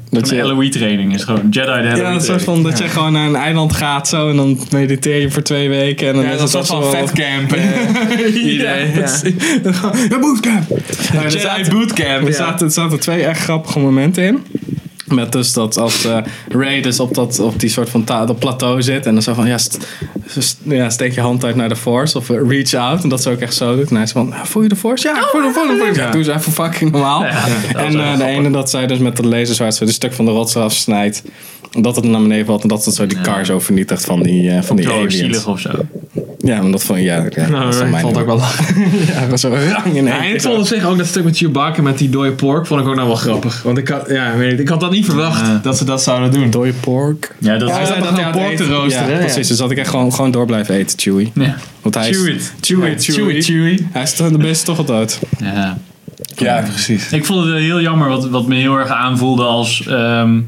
Speaker 2: dat
Speaker 1: Een
Speaker 2: je,
Speaker 1: LOE training is gewoon Jedi de LOE
Speaker 2: ja, een
Speaker 1: training.
Speaker 2: soort van dat je gewoon naar een eiland gaat zo en dan mediteer je voor twee weken. En dan
Speaker 3: Ja,
Speaker 2: is
Speaker 3: dat
Speaker 2: het
Speaker 3: is een soort
Speaker 2: alsof-
Speaker 3: van fatcamp. eh,
Speaker 2: Iedereen.
Speaker 4: Ja,
Speaker 2: Ja, bootcamp. Ja, er
Speaker 3: Jedi
Speaker 2: zaten-
Speaker 3: bootcamp.
Speaker 2: er
Speaker 3: ja.
Speaker 2: zaten, er zaten twee echt grappige momenten in. Met dus dat als eh Ray dus op, dat, op die soort van ta- dat plateau zit. En dan zo van, ja, st- st- ja, steek je hand uit naar de force. Of eh, reach out. En dat ze ook echt zo doet. En hij is van, "Ah, voel je de force? Ja, ik voel de force. Ja, doe ze even fucking normaal.
Speaker 1: Ja, dat is
Speaker 2: en
Speaker 1: wel
Speaker 2: eh, de
Speaker 1: grappig.
Speaker 2: ene dat zij dus met dat laserzwaard zo een stuk van de rots afsnijdt. Dat het naar beneden valt en dat het zo die car zo vernietigt van die, eh, van die
Speaker 1: Zo
Speaker 2: aliens.
Speaker 1: Oh, zielig of zo.
Speaker 2: Ja, maar dat vond ja, ja, dat is van mij
Speaker 3: vond ook wel
Speaker 2: Ja, dat was zo rang in
Speaker 4: Ja, en
Speaker 2: één
Speaker 4: ik
Speaker 2: keer.
Speaker 4: vond op zich ook dat stuk met Chewbacca met die dode pork vond ik ook nou wel grappig. Want ik had, ja, weet ik, ik had dat niet verwacht.
Speaker 1: Ja.
Speaker 3: dat ze dat zouden doen.
Speaker 2: Dode pork.
Speaker 1: Ja, dat
Speaker 3: Ja,
Speaker 1: is...
Speaker 3: ja.
Speaker 2: Eh, Hij zat
Speaker 3: dat
Speaker 2: nog
Speaker 3: hij
Speaker 2: aan
Speaker 3: aan
Speaker 2: het
Speaker 3: het
Speaker 2: eten.
Speaker 3: roosteren,
Speaker 2: Ja,
Speaker 3: hè?
Speaker 2: precies. Dus dat ik echt gewoon, gewoon door blijven eten, Chewie.
Speaker 1: Ja.
Speaker 2: Want hij
Speaker 1: Chew
Speaker 2: is,
Speaker 1: it.
Speaker 2: Chewie, Chewie.
Speaker 3: Chewie, Chewie.
Speaker 2: Hij is dan de beste toch wel dood.
Speaker 1: Ja.
Speaker 2: Ja, precies.
Speaker 1: Ik vond het eh, heel jammer, wat, wat me heel erg aanvoelde als ehm,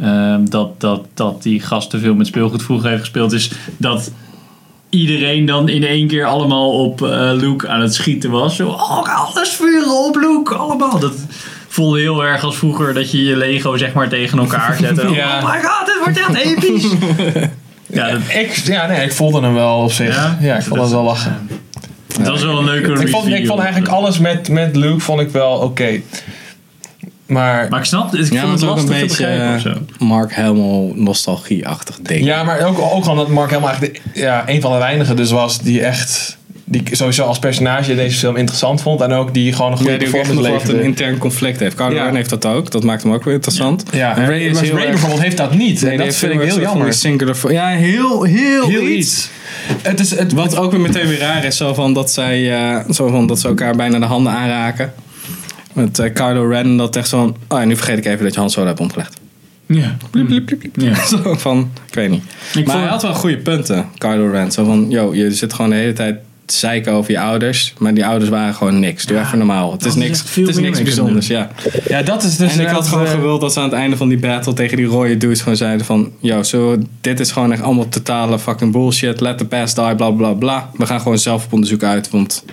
Speaker 1: ehm, dat, dat, dat die gast te veel met speelgoed vroeger heeft gespeeld, is dat iedereen dan in één keer allemaal op eh, Luke aan het schieten was. Zo, oh, alles vuren op Luke, allemaal. Dat voelde heel erg als vroeger dat je je Lego zeg maar tegen elkaar zette.
Speaker 3: Ja.
Speaker 1: Oh my god, dit wordt echt episch. ja, dat,
Speaker 3: Ik, ja, nee, ik voelde hem wel op zich.
Speaker 1: Ja?
Speaker 3: Ja, ik vond
Speaker 1: Dat-
Speaker 3: dat wel lachen.
Speaker 1: dat was wel een leuke
Speaker 3: Ik vond, ik
Speaker 1: review.
Speaker 3: vond eigenlijk alles met, met Luke vond ik wel oké. Maar,
Speaker 1: Maar ik snap het, ik
Speaker 2: Ja,
Speaker 1: vond
Speaker 2: maar
Speaker 1: het
Speaker 2: het ook een
Speaker 1: lastig te
Speaker 2: beetje
Speaker 1: begrijpen of zo.
Speaker 2: eh, Mark Hamill nostalgie-achtig ding.
Speaker 3: ja, maar ook, ook omdat Mark helemaal eigenlijk de- ja, een van de weinigen dus was die echt... Die ik sowieso als personage in deze film interessant vond. En ook die gewoon een goede
Speaker 2: Ja, die ook echt
Speaker 3: performance
Speaker 2: nog wel echt een
Speaker 3: leverde.
Speaker 2: intern conflict heeft. Kylo
Speaker 3: Ja.
Speaker 2: Ren heeft dat ook. Dat maakt hem ook weer interessant.
Speaker 3: Ja, Ray,
Speaker 2: En Ray is heel erg-
Speaker 3: bijvoorbeeld heeft dat niet. en dat vind ik heel jammer.
Speaker 2: jammer. Ja, heel, heel,
Speaker 3: Heel
Speaker 2: iets.
Speaker 3: iets. Het is, het,
Speaker 2: Wat ook weer meteen weer raar is, zo van dat, zij, eh, zo van dat ze elkaar bijna de handen aanraken. Met eh, Kylo Ren dat echt zo van... Oh, en nu vergeet ik even dat je hand zo hebt omgelegd.
Speaker 1: Ja. Ja.
Speaker 2: Zo van, ik weet niet.
Speaker 1: Ik
Speaker 2: maar
Speaker 1: vond-
Speaker 2: hij had wel goede punten, Kylo Ren. Zo van, yo, je zit gewoon de hele tijd te zeiken over je ouders. Maar die ouders waren gewoon niks. Doe even normaal. Het is
Speaker 1: is
Speaker 2: niks,
Speaker 1: echt veel
Speaker 2: het is
Speaker 1: meer
Speaker 2: niks
Speaker 1: mee kunnen
Speaker 2: bijzonders, ja.
Speaker 3: ja, dat is dus
Speaker 2: en ik had
Speaker 3: inderdaad,
Speaker 2: gewoon
Speaker 3: eh,
Speaker 2: gewild dat ze aan het einde van die battle tegen die rode dudes gewoon zeiden van... Yo, zo, dit is gewoon echt allemaal totale fucking bullshit. Let the past die, bla bla bla. We gaan gewoon zelf op onderzoek uit, want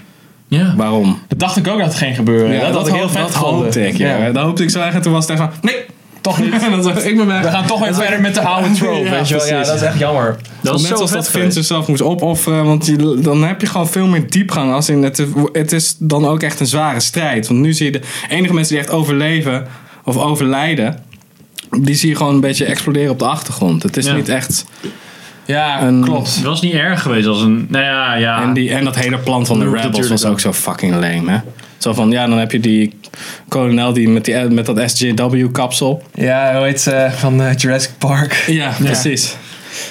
Speaker 1: Ja.
Speaker 2: waarom?
Speaker 3: Dat dacht ik ook dat het ging gebeuren. dat, had ik heel
Speaker 2: hoop-
Speaker 3: vet
Speaker 2: dat hoopte
Speaker 3: gevonden.
Speaker 2: ik, ja.
Speaker 3: Ja.
Speaker 2: Dat hoopte ik zo eigenlijk. Toen was het echt van, nee,
Speaker 3: Toch niet.
Speaker 2: En dan zo, ik ben weg.
Speaker 3: We gaan toch weer verder met de oude trope,
Speaker 2: Ja,
Speaker 3: weet je wel. Ja,
Speaker 2: precies.
Speaker 3: dat is echt jammer.
Speaker 1: Dat was
Speaker 2: Net
Speaker 1: zo
Speaker 2: als
Speaker 1: vet
Speaker 2: dat
Speaker 1: geweest.
Speaker 2: Vince zichzelf moest opofferen, want je- dan heb je gewoon veel meer diepgang. Als in het, het is dan ook echt een zware strijd. Want nu zie je de enige mensen die echt overleven of overlijden, die zie je gewoon een beetje exploderen op de achtergrond. Het is
Speaker 1: Ja.
Speaker 2: niet echt.
Speaker 3: Ja,
Speaker 2: En-
Speaker 3: klopt.
Speaker 1: Het was niet erg geweest als een. Nou ja, ja.
Speaker 2: En, die, en dat hele plan van de
Speaker 1: Luke
Speaker 2: Rebels
Speaker 1: natuurlijk
Speaker 2: was ook zo fucking lame, hè? Zo van, ja, dan heb je die kolonel die met, die, met dat SJW-kapsel.
Speaker 3: Ja, hoe heet ze? Van eh, Jurassic Park.
Speaker 2: Ja, precies.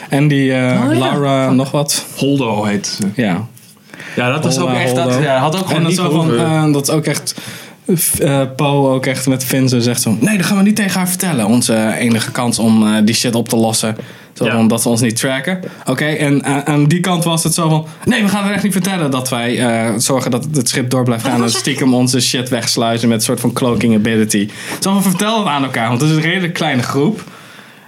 Speaker 2: En die eh,
Speaker 1: Oh, ja.
Speaker 2: Lara nog wat.
Speaker 3: Holdo heet ze.
Speaker 2: Ja,
Speaker 3: Ja, dat was ook
Speaker 2: Holdo,
Speaker 3: echt... Dat,
Speaker 2: Holdo.
Speaker 3: ja, had ook gewoon
Speaker 2: En dat,
Speaker 3: niet
Speaker 2: zo van,
Speaker 3: gehoeven.
Speaker 2: eh, dat is ook echt. eh Poe ook echt met Vince zegt zo. Nee, dat gaan we niet tegen haar vertellen. Onze enige kans om eh, die shit op te lossen. Zo
Speaker 1: Ja.
Speaker 2: van, dat ze ons niet tracken. Oké, en aan- aan die kant was het zo van. Nee, we gaan haar echt niet vertellen dat wij eh, zorgen dat het schip door blijft gaan. En stiekem onze shit wegsluizen met een soort van cloaking ability. Zo van, vertel het aan elkaar, want het is een redelijk kleine groep.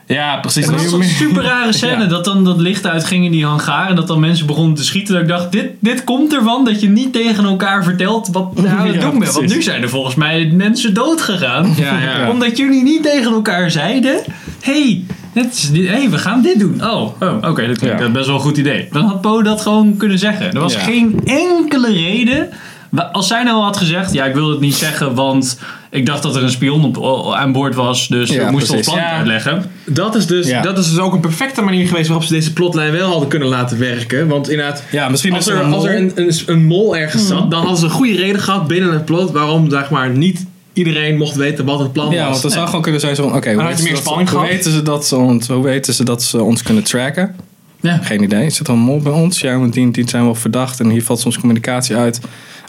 Speaker 3: Ja, precies.
Speaker 1: Het was een super rare scène dat dan dat licht uitging in die hangar en dat dan mensen begonnen te schieten. Dat ik dacht, dit, dit komt ervan dat je niet tegen elkaar vertelt wat we aan het
Speaker 2: Ja,
Speaker 1: doen bent. Want
Speaker 2: precies.
Speaker 1: nu zijn er volgens mij mensen dood gegaan.
Speaker 2: ja.
Speaker 1: Omdat jullie niet tegen elkaar zeiden, hé, hey, hey, we gaan dit doen. Oh, oh oké, dat klinkt
Speaker 2: Ja.
Speaker 1: dat is best wel een goed idee. Dan had Poe dat gewoon kunnen zeggen. Er was
Speaker 2: Ja.
Speaker 1: geen enkele reden. wa- Als zij nou had gezegd, ja, ik wil het niet zeggen, want ik dacht dat er een spion op, aan boord was, dus
Speaker 2: Ja,
Speaker 1: we moesten ons
Speaker 2: precies.
Speaker 1: plan
Speaker 3: Ja.
Speaker 1: uitleggen.
Speaker 4: Dat is, dus,
Speaker 2: Ja.
Speaker 4: dat is dus ook een perfecte manier geweest waarop ze deze plotlijn wel hadden kunnen laten werken. Want inderdaad,
Speaker 2: Ja, misschien
Speaker 4: als
Speaker 2: is er
Speaker 4: er,
Speaker 2: een
Speaker 4: als er
Speaker 2: mol.
Speaker 4: een, een, een mol ergens zat, dan hadden ze een goede reden gehad binnen het plot waarom zeg maar, niet iedereen mocht weten wat het plan
Speaker 2: Ja,
Speaker 4: was.
Speaker 2: want het zou gewoon kunnen zijn zo van, oké, hoe,
Speaker 3: had je
Speaker 2: weten
Speaker 3: meer
Speaker 2: ze dat-
Speaker 3: spanning
Speaker 2: hoe
Speaker 3: gehad?
Speaker 2: weten ze dat ze ons- hoe weten ze dat ze ons kunnen tracken?
Speaker 1: Ja.
Speaker 2: Geen idee. Zit er een mol bij ons? Ja, want die, die zijn wel verdacht en hier valt soms communicatie uit.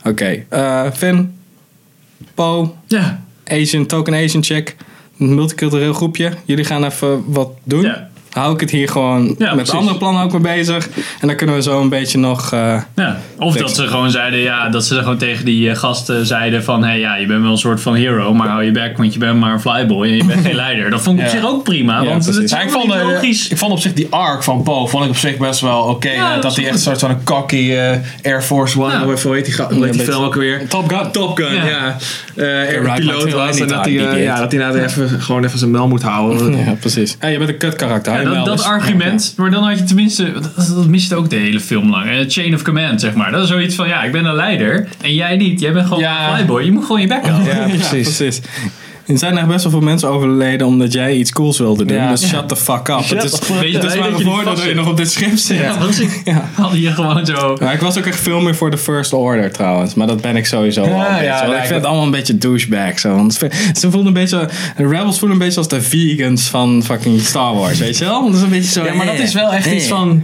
Speaker 2: Oké, eh, Finn, Po,
Speaker 1: Ja,
Speaker 2: Asian, token Asian check, een multicultureel groepje. Jullie gaan even wat doen.
Speaker 1: Ja.
Speaker 2: Hou ik het hier gewoon
Speaker 1: Ja,
Speaker 2: met
Speaker 1: precies.
Speaker 2: andere plannen ook mee bezig. En dan kunnen we zo een beetje nog... eh,
Speaker 1: Ja, of dat ze gewoon zeiden, ja, dat ze gewoon tegen die eh, gasten zeiden van, hé hey, ja, je bent wel een soort van hero, maar hou je bek, want je bent maar een flyboy en je bent geen leider. Dat vond ik op
Speaker 3: Ja.
Speaker 1: zich ook prima,
Speaker 2: Ja,
Speaker 1: want het
Speaker 2: precies.
Speaker 1: is
Speaker 3: Ja, ik,
Speaker 1: ook
Speaker 3: vond,
Speaker 1: niet
Speaker 3: eh,
Speaker 1: logisch.
Speaker 3: ik vond op zich die arc van Poe vond ik op zich best wel oké.
Speaker 1: Ja,
Speaker 3: eh,
Speaker 1: dat
Speaker 3: dat
Speaker 1: is
Speaker 3: hij echt
Speaker 1: goed.
Speaker 3: een soort van een cocky eh, Air Force One.
Speaker 1: Ja.
Speaker 4: Hoe heet- hoe heet die, ga- hoe heet
Speaker 2: Ja,
Speaker 4: die
Speaker 2: beetje-
Speaker 4: film ook weer?
Speaker 2: Top Gun.
Speaker 4: Top Gun,
Speaker 1: Ja.
Speaker 4: ja. Eh, er
Speaker 2: my
Speaker 4: een piloot
Speaker 2: tail, I
Speaker 4: was en
Speaker 2: need
Speaker 4: dat
Speaker 2: to
Speaker 4: hij eh,
Speaker 2: IBD.
Speaker 4: ja, dat hij nou even, gewoon even zijn mel moet houden.
Speaker 2: ja, precies. Hey, je bent een kut karakter.
Speaker 1: Ja, dat, dat argument, maar dan had je tenminste, dat, dat miste ook de hele film lang. Eh, chain of command, zeg maar. Dat is zoiets van, ja, ik ben een leider en jij niet. Jij bent gewoon
Speaker 3: Ja.
Speaker 1: een flyboy, je moet gewoon je bek houden.
Speaker 2: Ja, precies. Er zijn echt best wel veel mensen overleden omdat jij iets cools wilde doen.
Speaker 3: Ja.
Speaker 2: Dus shut the fuck up. het is,
Speaker 1: the fuck up.
Speaker 2: het is
Speaker 1: Blij
Speaker 2: maar
Speaker 1: dat
Speaker 2: een
Speaker 1: je niet
Speaker 2: voordeel dat je
Speaker 1: vastzit.
Speaker 2: nog op dit schip zit.
Speaker 1: Ja, precies.
Speaker 2: Ja.
Speaker 1: Hadden hier gewoon zo.
Speaker 2: Maar ik was ook echt veel meer voor de First Order trouwens. Maar dat ben ik sowieso al.
Speaker 3: Ja,
Speaker 2: een beetje.
Speaker 3: ja,
Speaker 2: Want
Speaker 3: nee,
Speaker 2: ik
Speaker 3: ik
Speaker 2: vind
Speaker 3: ben-
Speaker 2: het allemaal een beetje douchebag. Zo. Want ze voelen een beetje, de Rebels voelen een beetje als de vegans van fucking Star Wars. Weet je wel? Dat is een beetje zo.
Speaker 3: Ja, maar dat
Speaker 2: eh,
Speaker 3: is wel echt
Speaker 2: eh.
Speaker 3: iets van.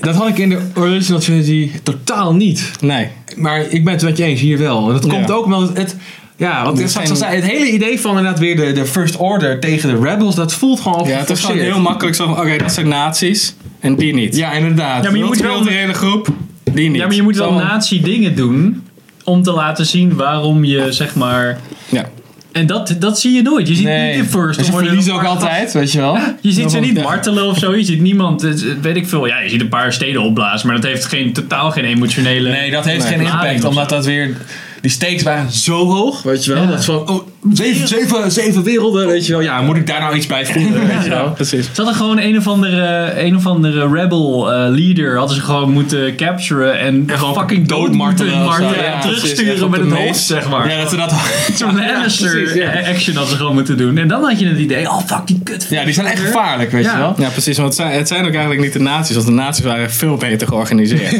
Speaker 3: Dat had ik in de original trilogy totaal niet.
Speaker 2: Nee.
Speaker 3: Maar ik ben het met je eens, hier wel. En dat komt
Speaker 2: Ja.
Speaker 3: ook omdat het. het- ja, want
Speaker 2: Er
Speaker 3: het, zoals ik
Speaker 2: zijn-
Speaker 3: al zei, het hele idee van inderdaad weer de, de First Order tegen de Rebels, dat voelt gewoon
Speaker 2: Ja, het is gewoon
Speaker 3: geforceerd.
Speaker 2: heel makkelijk zo van, oké, dat zijn nazi's en die niet.
Speaker 3: Ja, inderdaad.
Speaker 1: Ja, maar je moet wel-
Speaker 2: Multiculturele groep, die niet.
Speaker 1: Ja, maar je moet wel
Speaker 2: Zo.
Speaker 1: nazi dingen doen om te laten zien waarom je zeg maar.
Speaker 2: Ja.
Speaker 1: En dat, dat zie je nooit. Je ziet
Speaker 3: Nee.
Speaker 1: niet de first
Speaker 3: En ze
Speaker 1: order.
Speaker 3: verliezen
Speaker 1: een
Speaker 3: ook
Speaker 1: paar
Speaker 3: altijd, weet je wel.
Speaker 1: Je ziet ze
Speaker 2: Ja,
Speaker 1: niet
Speaker 2: ja.
Speaker 1: martelen of zo. Je ziet niemand, het- het weet ik veel. Ja, je ziet een paar steden opblazen, maar dat heeft geen, totaal geen emotionele.
Speaker 3: Nee, dat heeft
Speaker 2: Nee.
Speaker 3: geen
Speaker 1: Lading of
Speaker 3: impact,
Speaker 1: zo.
Speaker 3: omdat dat weer... Die stakes waren zo hoog, weet je wel.
Speaker 1: Ja.
Speaker 3: Dat is van, oh, zeven, zeven, zeven werelden, weet je wel. Ja, moet ik daar nou iets bij voelen, weet je wel.
Speaker 2: precies.
Speaker 1: Ze hadden gewoon een of andere, een of andere rebel eh, leader hadden ze gewoon moeten capturen en,
Speaker 3: gewoon
Speaker 1: fucking
Speaker 3: doodmartelen
Speaker 1: doodmartelen.
Speaker 3: of zo.
Speaker 1: martelen,
Speaker 3: Ja,
Speaker 1: en
Speaker 3: precies.
Speaker 1: terugsturen
Speaker 2: Echt
Speaker 1: met
Speaker 2: op
Speaker 1: het
Speaker 2: de
Speaker 1: hoofd,
Speaker 2: mees.
Speaker 1: zeg maar.
Speaker 3: Ja, dat ze dat...
Speaker 1: Zo'n Lannister
Speaker 3: precies, ja.
Speaker 1: eh, action hadden ze gewoon moeten doen. En dan had je het idee, oh fuck die kut.
Speaker 3: Ja, die zijn echt gevaarlijk, weet
Speaker 1: Ja.
Speaker 3: je wel.
Speaker 2: Ja, precies. Want het zijn, het zijn ook eigenlijk niet de nazi's. Want de nazi's waren veel beter georganiseerd.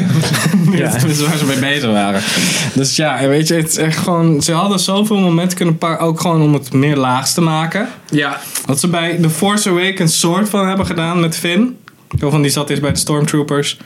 Speaker 2: ja. Dat is waar ze mee bezig waren. Dus ja, en weet je, het is echt gewoon... Ze hadden zoveel momenten kunnen pakken. Ook gewoon om het meer laags te maken.
Speaker 3: Ja,
Speaker 2: Wat ze bij The Force Awakens soort van hebben gedaan met Finn. Van die zat eerst bij de Stormtroopers.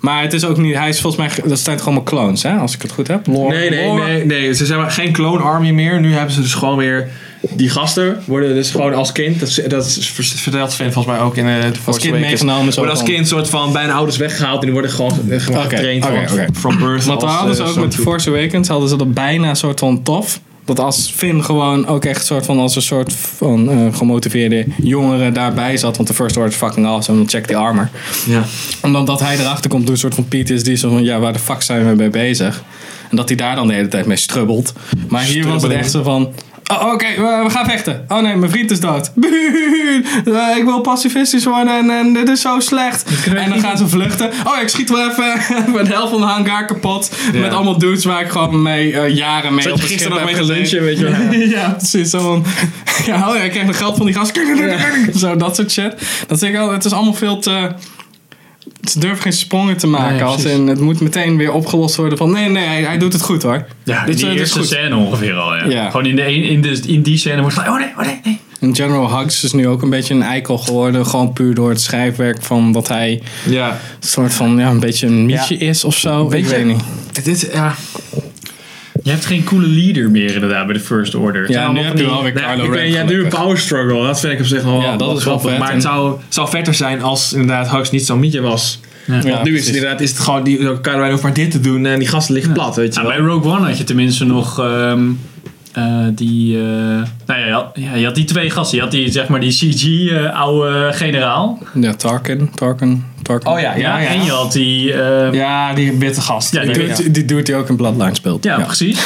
Speaker 2: Maar het is ook niet... Hij is volgens mij... ge- Dat zijn toch allemaal clones, hè? Als ik het goed heb.
Speaker 3: Nee, nee,
Speaker 2: Lore.
Speaker 3: nee, nee. Ze zijn maar geen clone army meer. Nu hebben ze dus gewoon weer... Die gasten worden dus gewoon als kind... Dat, is- dat is- vers- vertelt Sven volgens mij ook in eh, de Force
Speaker 2: Als kind
Speaker 3: Awakens.
Speaker 2: meegenomen. Zo
Speaker 3: Worden als
Speaker 2: van-
Speaker 3: kind soort van bij hun ouders weggehaald. En die worden gewoon, eh, gewoon
Speaker 2: Oké,
Speaker 3: getraind
Speaker 2: oké,
Speaker 3: van,
Speaker 2: oké.
Speaker 3: from birth.
Speaker 2: Want daar
Speaker 3: als,
Speaker 2: hadden ze
Speaker 3: eh,
Speaker 2: ook met The
Speaker 3: stormtrooper.
Speaker 2: Force Awakens hadden ze dat bijna een soort van tof. Dat als Finn gewoon ook echt soort van als een soort van eh, gemotiveerde jongere daarbij zat. Want de First Order is fucking awesome. Dan check die armor.
Speaker 3: Ja.
Speaker 2: Omdat dat hij erachter komt door een soort van PTSD. Zo van ja, waar de fuck zijn we mee bezig? En dat hij daar dan de hele tijd mee strubbelt. Maar hier was het echt zo van... Oh, Oké, we, we gaan vechten. Oh nee, mijn vriend is dood. Eh, ik wil pacifistisch worden en, en dit is zo slecht. En dan gaan ze vluchten. Oh, ik schiet wel even met de helft van de hangar kapot. Met allemaal dudes waar ik gewoon mee eh, jaren mee
Speaker 3: Zat
Speaker 2: op
Speaker 3: je
Speaker 2: een
Speaker 3: gisteren
Speaker 2: schip
Speaker 3: nog mee te
Speaker 2: heb
Speaker 3: lunchen,
Speaker 2: gezeten.
Speaker 3: weet je wel.
Speaker 2: Ja, precies. Zo van, ja, oh ja, ik krijg nog geld van die gast. Zo, dat soort shit. Dat zeg ik al, het is allemaal veel te... Ze durven geen sprongen te maken.
Speaker 3: Nee,
Speaker 2: als
Speaker 3: precies.
Speaker 2: in, het moet meteen weer opgelost worden van... Nee, nee, hij, hij doet het goed hoor.
Speaker 1: Ja,
Speaker 2: Dit
Speaker 1: in
Speaker 2: is-
Speaker 1: die
Speaker 2: dit is
Speaker 1: eerste
Speaker 2: goed.
Speaker 1: scène ongeveer al. Ja.
Speaker 2: Ja.
Speaker 1: Gewoon in, de, een- in, de, in die scène wordt het van, oh nee, oh nee, nee.
Speaker 2: En General Hux is nu ook een beetje een eikel geworden. Gewoon puur door het schrijfwerk van dat hij...
Speaker 3: ja.
Speaker 2: Een soort van, ja, een beetje een mietje is of zo. Ik
Speaker 3: Beetje-
Speaker 2: weet niet.
Speaker 3: Dit, ja.
Speaker 1: Je hebt geen coole leader meer inderdaad bij de First Order. Het zijn
Speaker 2: Ja, nu
Speaker 1: allemaal van die-
Speaker 2: heb je wel weer
Speaker 3: Nou,
Speaker 2: Kylo
Speaker 3: ik
Speaker 2: Ren
Speaker 3: weet, je hebt nu een
Speaker 2: gelukkig.
Speaker 3: power struggle. Dat vind ik op zich wel
Speaker 2: Ja, dat
Speaker 3: wel
Speaker 2: is wel
Speaker 3: grappig.
Speaker 2: vet.
Speaker 3: Maar
Speaker 2: En-
Speaker 3: het zou, zou vetter zijn als inderdaad Hux niet zo'n mietje was. Want nu is het inderdaad is het gewoon... Die, Kylo Ren hoeft maar dit te doen. En die gasten liggen plat, weet je
Speaker 1: Nou,
Speaker 3: wel.
Speaker 1: bij Rogue One had je tenminste nog ehm, eh, die. eh, nou ja je, had, ja, je had die twee gasten. Je had die, zeg maar, die CG-oude generaal.
Speaker 2: Ja, Tarkin. Tarkin. Tarkin.
Speaker 3: Oh ja, ja, ja.
Speaker 1: En je had die. ehm, ja.
Speaker 3: Ja, die witte gast.
Speaker 1: Ja, die
Speaker 2: Die doet, die doet hij ook in Bloodline speelt.
Speaker 1: precies.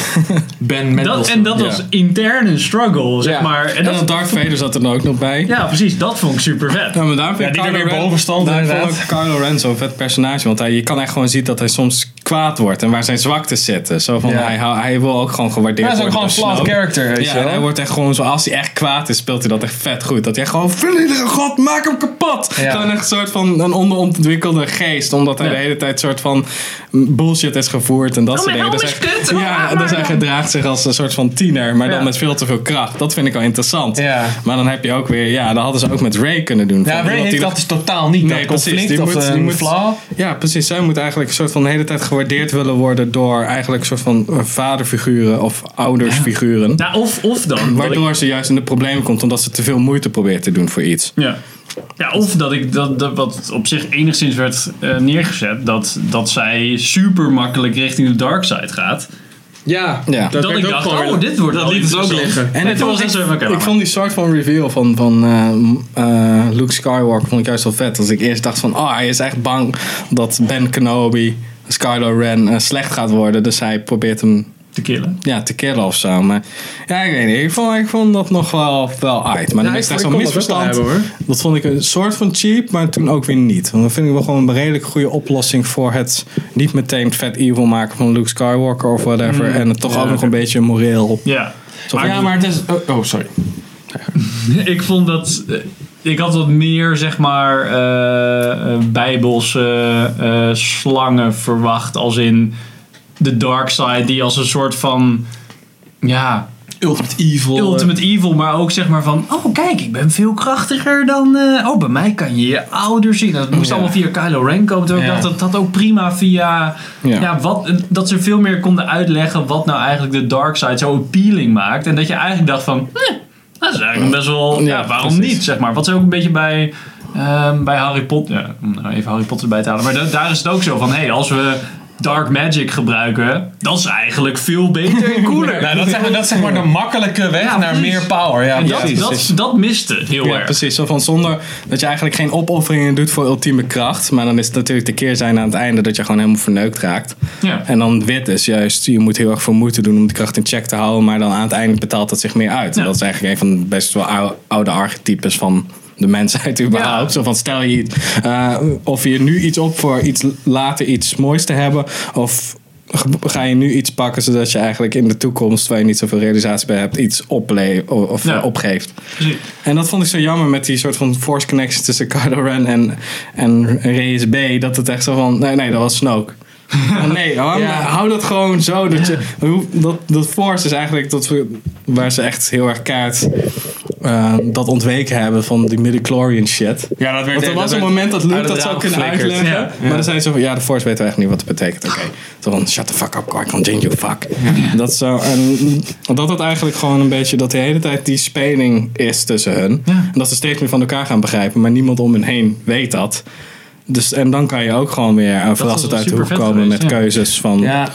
Speaker 3: Ben
Speaker 1: Dat,
Speaker 3: Mendelsohn.
Speaker 1: en dat
Speaker 2: Ja.
Speaker 1: was intern een struggle, zeg
Speaker 3: Ja.
Speaker 1: maar. En
Speaker 2: En dan
Speaker 1: dat,
Speaker 2: Darth Vader zat er dan ook nog bij.
Speaker 1: ja, precies. Dat vond ik super vet.
Speaker 2: Ja, maar daarom vind ik
Speaker 3: Ja, die
Speaker 2: Kylo
Speaker 3: er weer
Speaker 2: Ren-
Speaker 3: boven stond,
Speaker 2: daarom
Speaker 3: inderdaad.
Speaker 2: vond ik Kylo Ren zo'n vet personage. Want hij, je kan echt gewoon zien dat hij soms kwaad wordt. En waar zijn zwaktes zitten. Zo van,
Speaker 3: Ja.
Speaker 2: hij, hou- hij wil ook gewoon gewaardeerd
Speaker 3: Ja, hij is ook
Speaker 2: worden.
Speaker 3: gewoon een
Speaker 2: door
Speaker 3: flat
Speaker 2: Snoke.
Speaker 3: character, weet
Speaker 2: Ja,
Speaker 3: je
Speaker 2: en hij
Speaker 3: wel.
Speaker 2: wordt echt gewoon zo, als hij echt kwaad is, speelt hij dat echt vet goed. Dat hij gewoon, verliedere god, maak hem kapot!
Speaker 3: Ja.
Speaker 2: Gewoon echt een soort van een onderontwikkelde geest. Omdat hij de hele tijd soort van bullshit is gevoerd en dat soort dingen. Dus hij, ja, dus hij gedraagt zich als een soort van tiener, maar dan met veel te veel kracht. Dat vind ik al interessant.
Speaker 3: Ja.
Speaker 2: Maar dan heb je ook weer, ja, dan hadden ze ook met Ray kunnen doen.
Speaker 3: Ja,
Speaker 2: Van,
Speaker 3: Ray
Speaker 2: iemand
Speaker 3: heeft
Speaker 2: die
Speaker 3: dat dus totaal niet.
Speaker 2: Nee,
Speaker 3: dat
Speaker 2: precies.
Speaker 3: conflict
Speaker 2: Die
Speaker 3: of eh,
Speaker 2: moet-
Speaker 3: een
Speaker 2: die moet-
Speaker 3: flaw.
Speaker 2: Ja, precies. Zij moet eigenlijk een soort van de hele tijd gewaardeerd willen worden door eigenlijk een soort van eh, vaderfiguren of oudersfiguren.
Speaker 1: Nou, of, of dan. dat ik-
Speaker 2: Waardoor ze juist in de problemen komt omdat ze te veel moeite probeert te doen voor iets.
Speaker 1: Ja. Ja, of dat ik dat, dat wat op zich enigszins werd eh, neergezet, dat, dat zij super makkelijk richting de dark side gaat.
Speaker 3: Ja,
Speaker 2: Ja.
Speaker 3: dat,
Speaker 1: dat
Speaker 3: werd
Speaker 1: ik
Speaker 3: ook
Speaker 1: dacht,
Speaker 3: gewoon weer-
Speaker 1: oh, dit wordt
Speaker 3: Dat
Speaker 1: wel
Speaker 3: liet het ook
Speaker 1: interessant.
Speaker 3: liggen.
Speaker 1: En,
Speaker 2: ik
Speaker 1: toen
Speaker 2: vond-
Speaker 1: was het zo van, oké,
Speaker 2: Ik
Speaker 1: maar-
Speaker 2: vond die soort van reveal van, van eh, m- eh, Luke Skywalker vond ik juist wel vet. Als ik eerst dacht van, oh, hij is echt bang dat Ben Kenobi, dus Kylo Ren, eh, slecht gaat worden. Dus hij probeert hem
Speaker 1: te killen.
Speaker 2: ja, te killen of zo. Maar ja, ik weet niet. Ik vond, ik vond dat nog wel, wel uit. Maar
Speaker 3: Ja,
Speaker 2: dan
Speaker 3: ik
Speaker 2: is het
Speaker 3: vond- ik
Speaker 2: echt zo'n
Speaker 3: kon dat ook wel
Speaker 2: misverstand.
Speaker 3: hebben, hoor.
Speaker 2: Dat vond ik een soort van cheap, maar toen ook weer niet. Want dat vind ik wel gewoon een redelijk goede oplossing voor het
Speaker 3: Mm.
Speaker 2: niet meteen vet evil maken van Luke Skywalker of whatever. en het toch ook nog een beetje moreel op.
Speaker 1: Ja.
Speaker 2: Zo
Speaker 3: ja,
Speaker 2: van-
Speaker 3: maar het is... Oh, oh, sorry.
Speaker 1: ik vond dat. eh, Ik had wat meer, zeg maar, eh, eh, bijbelse eh, slangen verwacht. Als in de dark side, die als een soort van. Ja,
Speaker 4: Ultimate Evil.
Speaker 3: eh.
Speaker 1: ultimate evil, maar ook zeg maar van. Oh, kijk, ik ben veel krachtiger dan. eh, oh, bij mij kan je je ouders zien. Dat moest
Speaker 3: Ja.
Speaker 1: allemaal via Kylo Ren komen. Terwijl
Speaker 3: Ja.
Speaker 1: ik dacht dat dat ook prima via.
Speaker 2: Ja.
Speaker 1: Ja. wat, eh, dat ze veel meer konden uitleggen wat nou eigenlijk de dark side zo appealing maakt. En dat je eigenlijk dacht van, eh, dat is eigenlijk best wel, ja,
Speaker 2: Ja,
Speaker 1: waarom
Speaker 2: precies.
Speaker 1: niet, zeg maar. Wat ze ook een beetje bij, ehm, bij Harry Potter, ja, om er nou even Harry Potter bij te halen. Maar da- daar is het ook zo van, hé, hey, als we dark magic gebruiken, dat is eigenlijk veel beter en cooler.
Speaker 3: Nou, dat, is zeg- dat is zeg maar de makkelijke weg
Speaker 1: Ja,
Speaker 3: naar
Speaker 1: precies.
Speaker 3: meer power. Ja,
Speaker 1: en dat,
Speaker 3: precies.
Speaker 1: dat, dat miste heel
Speaker 2: Ja,
Speaker 1: erg.
Speaker 2: precies. Zo van zonder dat je eigenlijk geen opofferingen doet voor ultieme kracht. Maar dan is het natuurlijk de keer zijn aan het einde dat je gewoon helemaal verneukt raakt.
Speaker 1: Ja.
Speaker 2: En dan wit is juist, je moet heel erg veel moeite doen om de kracht in check te houden. Maar dan aan het einde betaalt dat zich meer uit. En
Speaker 1: Ja.
Speaker 2: dat is eigenlijk een van de best wel ou- oude archetypes van de mensheid überhaupt.
Speaker 1: Ja.
Speaker 2: Zo van stel je eh, of je nu iets op voor iets later iets moois te hebben. Of ge- ga je nu iets pakken zodat je eigenlijk in de toekomst waar je niet zoveel realisatie bij hebt iets ople- of
Speaker 1: Ja.
Speaker 2: eh, opgeeft.
Speaker 1: Precies.
Speaker 2: En dat vond ik zo jammer met die soort van force connection tussen Kylo Ren en, en Reyes B. Dat het echt zo van, nee, nee, dat was Snoke. Oh, nee, hou,
Speaker 3: Ja.
Speaker 2: hou dat gewoon zo. Dat, je, hoe- dat, dat force is eigenlijk dat we, waar ze echt heel erg kaart eh, dat ontweken hebben van die midichlorian shit.
Speaker 3: Ja, dat werd
Speaker 2: Want
Speaker 3: dat
Speaker 2: er was een
Speaker 3: werd
Speaker 2: moment dat
Speaker 3: uit
Speaker 2: Luke
Speaker 3: het
Speaker 2: dat zou
Speaker 3: raam
Speaker 2: kunnen
Speaker 3: geflikkerd.
Speaker 2: uitleggen.
Speaker 1: Ja.
Speaker 2: Maar dan zei ze van, ja, de Force weet echt niet wat het betekent. Oké. Toen van, shut the fuck up, Qui-Gon Jinn, you fuck. Dat, zou, en, dat het eigenlijk gewoon een beetje, dat de hele tijd die speling is tussen hun.
Speaker 1: Ja.
Speaker 2: En dat ze steeds meer van elkaar gaan begrijpen, maar niemand om hen heen weet dat. Dus, en dan kan je ook gewoon weer eh, verrassend
Speaker 1: wel
Speaker 2: uit de hoek
Speaker 1: super vet
Speaker 2: komen
Speaker 1: geweest,
Speaker 2: met
Speaker 1: ja.
Speaker 2: keuzes van... Ja.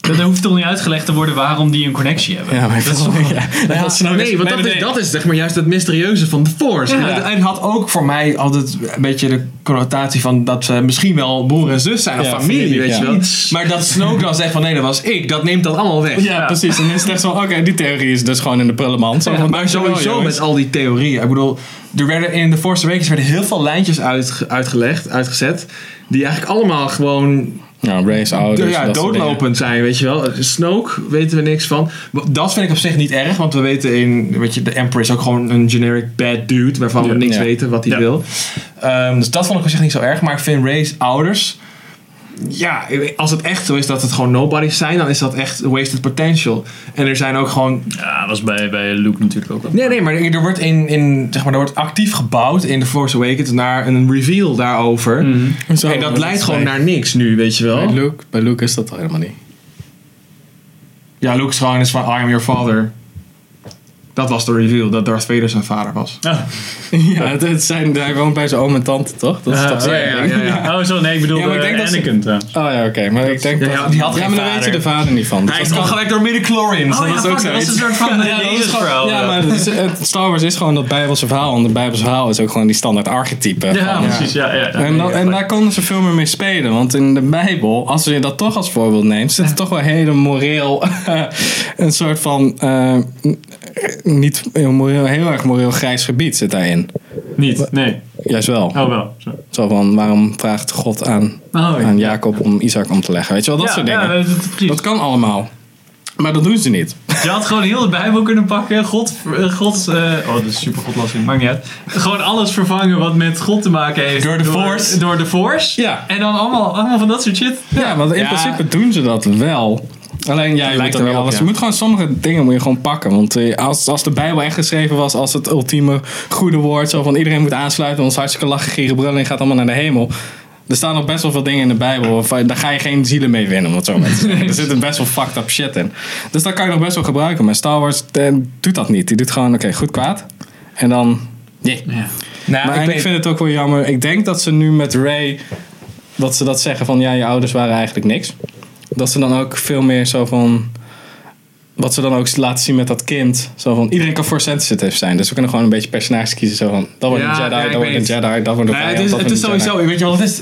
Speaker 3: Ja,
Speaker 1: Dat hoeft toch niet uitgelegd te worden waarom die een connectie hebben.
Speaker 2: maar ik
Speaker 1: dat
Speaker 2: vond-
Speaker 1: toch-
Speaker 2: ja, dat was nou
Speaker 4: Nee,
Speaker 2: eens-
Speaker 4: want dat, Is, dat is zeg maar juist het mysterieuze van de Force.
Speaker 3: En het- En het had ook voor mij altijd een beetje de connotatie van dat ze misschien wel broer en zus zijn of
Speaker 2: Ja,
Speaker 3: familie,
Speaker 2: familie,
Speaker 3: weet
Speaker 2: ja.
Speaker 3: je wel. Maar dat Snoke dan zegt van nee, dat was ik, dat neemt dat allemaal weg.
Speaker 2: Ja,
Speaker 1: Ja.
Speaker 2: precies. En dan is het echt zo, oké, die theorie is dus gewoon in de prullenmand. Zo
Speaker 3: Maar
Speaker 2: van, dankjewel,
Speaker 3: sowieso
Speaker 2: jongens.
Speaker 3: met al die theorieën. Ik bedoel, er werden in The Force Awakens werden heel veel lijntjes uitge- uitgelegd, uitgezet, die eigenlijk allemaal gewoon
Speaker 2: Ja, race ouders.
Speaker 3: ja,
Speaker 2: dat soort dingen.
Speaker 3: doodlopend zijn, weet je wel. Snoke weten we niks van. Dat vind ik op zich niet erg, want we weten in, weet je, de Emperor is ook gewoon een generic bad dude, waarvan we
Speaker 1: Ja.
Speaker 3: niks
Speaker 2: Ja.
Speaker 3: weten wat hij
Speaker 1: Ja.
Speaker 3: wil. Ehm, dus dat vond ik op zich niet zo erg, maar ik vind Ray's ouders, ja, als het echt zo is dat het gewoon nobodies zijn, dan is dat echt wasted potential. En er zijn ook gewoon
Speaker 1: Ja, dat was bij, bij Luke natuurlijk ook wel.
Speaker 3: Nee, nee, maar er wordt, in, in, zeg maar, er wordt actief gebouwd in The Force Awakens naar een reveal daarover.
Speaker 2: Zo,
Speaker 3: en dat leidt
Speaker 2: is
Speaker 3: gewoon
Speaker 2: bij-
Speaker 3: naar niks nu, weet je wel.
Speaker 1: Oh.
Speaker 2: Bij Luke, bij Luke is dat toch helemaal niet.
Speaker 3: Ja, Luke is gewoon is van I am your father. Dat was de reveal, dat Darth Vader zijn vader was.
Speaker 2: Ah, Ja, het, het zijn, hij woont bij zijn oom en tante, toch? Dat is
Speaker 1: Eh,
Speaker 2: toch
Speaker 1: oh, ja,
Speaker 2: zijn
Speaker 1: ja,
Speaker 2: ding?
Speaker 1: ja, ja. Oh, zo, nee, ik bedoel
Speaker 2: Ja, maar ik
Speaker 1: eh,
Speaker 2: denk dat ze-
Speaker 1: Anakin trouwens.
Speaker 2: Oh ja, oké. Maar ik denk
Speaker 3: Ja,
Speaker 2: dat...
Speaker 3: die had geen
Speaker 2: ja, maar dan weet je
Speaker 3: vader.
Speaker 2: de vader niet van. Dus
Speaker 3: Hij is
Speaker 2: dat kan-
Speaker 3: gelijk door midichlorians.
Speaker 1: Oh,
Speaker 3: dat
Speaker 1: ja,
Speaker 3: is ook
Speaker 1: fuck, dat is
Speaker 3: zo.
Speaker 1: een soort van eh, Jezus-verhaal.
Speaker 2: ja, maar het is- het Star Wars is gewoon dat Bijbelse verhaal. En de Bijbelse verhaal is ook gewoon die standaard archetype.
Speaker 1: Ja,
Speaker 2: van-
Speaker 1: precies. Ja, ja, ja.
Speaker 2: En, dat- en daar konden ze veel meer mee spelen. Want in de Bijbel, als je dat toch als voorbeeld neemt, zit er toch wel hele moreel. een soort van. eh, niet heel moreel, heel erg moreel grijs gebied zit daarin.
Speaker 1: Niet, nee.
Speaker 2: Juist wel.
Speaker 1: Oh, wel. Zo.
Speaker 2: Zo van, waarom vraagt God aan,
Speaker 1: Oh, ja.
Speaker 2: aan Jacob om Isaac om te leggen? Weet je wel, dat
Speaker 1: ja,
Speaker 2: soort dingen.
Speaker 1: Ja, dat, dat- precies.
Speaker 2: dat kan allemaal. Maar dat doen ze niet.
Speaker 1: Je had gewoon heel de Bijbel kunnen pakken. God, eh, God eh, oh, dat is super godlasting, maakt niet uit. Gewoon alles vervangen wat met God te maken heeft.
Speaker 3: Door de Force.
Speaker 1: Door de Force.
Speaker 2: Ja.
Speaker 1: En dan allemaal, allemaal van dat soort shit.
Speaker 2: Ja, want in
Speaker 3: Ja.
Speaker 2: principe doen ze dat wel. Alleen jij
Speaker 3: lijkt
Speaker 2: lijkt
Speaker 3: er
Speaker 2: er
Speaker 3: wel
Speaker 2: wel
Speaker 3: op,
Speaker 2: alles.
Speaker 3: ja.
Speaker 2: Je moet gewoon sommige dingen moet je gewoon pakken. Want eh, als, als de Bijbel echt geschreven was als het ultieme goede woord. Zo van iedereen moet aansluiten. Ons hartstikke lachen, gieren, brullen en gaat allemaal naar de hemel. Er staan nog best wel veel dingen in de Bijbel. waarvan- Daar ga je geen zielen mee winnen. Om het zo maar te zeggen. Er zitten best wel fucked up shit in. Dus dat kan je nog best wel gebruiken. Maar Star Wars eh, doet dat niet. Die doet gewoon oké, goed kwaad. En dan... nee.
Speaker 3: Nou, ik
Speaker 2: Maar en ik
Speaker 3: weet-
Speaker 2: vind het ook wel jammer. Ik denk dat ze nu met Ray dat ze dat zeggen van ja, je ouders waren eigenlijk niks. Dat ze dan ook veel meer zo van wat ze dan ook laten zien met dat kind, zo van iedereen kan force sensitive zijn. Dus we kunnen gewoon een beetje personages kiezen zo van dat wordt
Speaker 3: Ja,
Speaker 2: een Jedi,
Speaker 3: ja, ik
Speaker 2: dat wordt een
Speaker 3: weet.
Speaker 2: Jedi, dat wordt een
Speaker 3: Nou,
Speaker 2: vijand,
Speaker 3: het is,
Speaker 2: dat
Speaker 3: het
Speaker 2: wordt
Speaker 3: is
Speaker 2: een Jedi.
Speaker 3: sowieso, weet je wel, het is...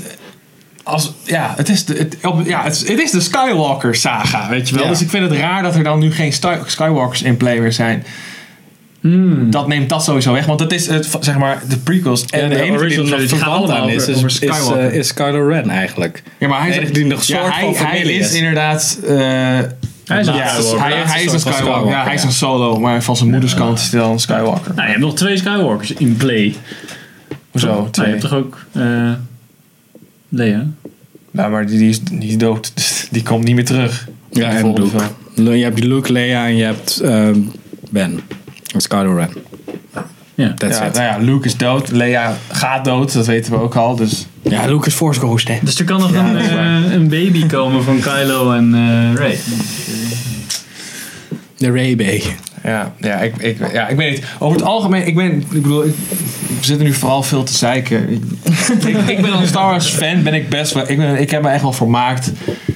Speaker 3: Als, ja, het is, de, het, op- ja, het, is, het is de Skywalker saga, weet je wel.
Speaker 2: Ja.
Speaker 3: Dus ik vind het raar dat er dan nu geen Sky- Skywalkers in play meer zijn. Dat neemt dat sowieso weg, want het is het, zeg maar de prequels en
Speaker 2: En
Speaker 3: de,
Speaker 2: de
Speaker 3: enige
Speaker 2: enige
Speaker 3: die
Speaker 2: die
Speaker 3: er
Speaker 2: nog
Speaker 3: nog
Speaker 2: verwant aan is, is, eh,
Speaker 3: over
Speaker 2: is,
Speaker 3: Skywalker.
Speaker 2: eh, is Kylo Ren eigenlijk.
Speaker 3: ja, maar hij
Speaker 2: de
Speaker 3: is
Speaker 2: enige die nog soort
Speaker 3: hij,
Speaker 2: van
Speaker 3: hij
Speaker 2: familie
Speaker 3: is
Speaker 2: is.
Speaker 3: inderdaad eh,
Speaker 1: Hij is een
Speaker 2: Ja,
Speaker 1: Skywalker.
Speaker 2: hij-
Speaker 3: Hij,
Speaker 2: hij
Speaker 3: is een Skywalker. Ja, hij is een solo, maar van zijn moeders kant is hij dan een Skywalker.
Speaker 1: Nou, je hebt nog twee Skywalkers in play. Toch?
Speaker 3: Hoezo?
Speaker 1: Nou, je
Speaker 3: Twee.
Speaker 1: hebt toch ook... eh Leia?
Speaker 3: Nou, maar die, die is, die is dood. Dus die komt niet meer terug. eh,
Speaker 2: Ja,
Speaker 3: De
Speaker 2: en
Speaker 3: volgende
Speaker 2: Luke.
Speaker 3: film.
Speaker 2: Le- eh, Je hebt Luke, Leia en je hebt ehm, Ben. Dat is Kylo Ren.
Speaker 1: Ja.
Speaker 2: That's
Speaker 3: Ja,
Speaker 2: it.
Speaker 3: nou ja, Luke is dood. Leia gaat dood. Dat weten we ook al. Dus
Speaker 2: Ja, Luke is Force Ghost, hè.
Speaker 1: Dus er kan nog
Speaker 3: Ja,
Speaker 1: een,
Speaker 3: dat is
Speaker 1: eh,
Speaker 3: waar.
Speaker 1: een baby komen van Kylo en eh Rey.
Speaker 2: De Ray Bay.
Speaker 3: Ja, ja, ik, ik, ja, ik weet niet. Over het algemeen, ik ben, ik bedoel, ik, we zitten nu vooral veel te zeiken. Ik, ik, ik ben een Star Wars fan, ben ik best wel, ik, ben, ik heb me echt wel vermaakt.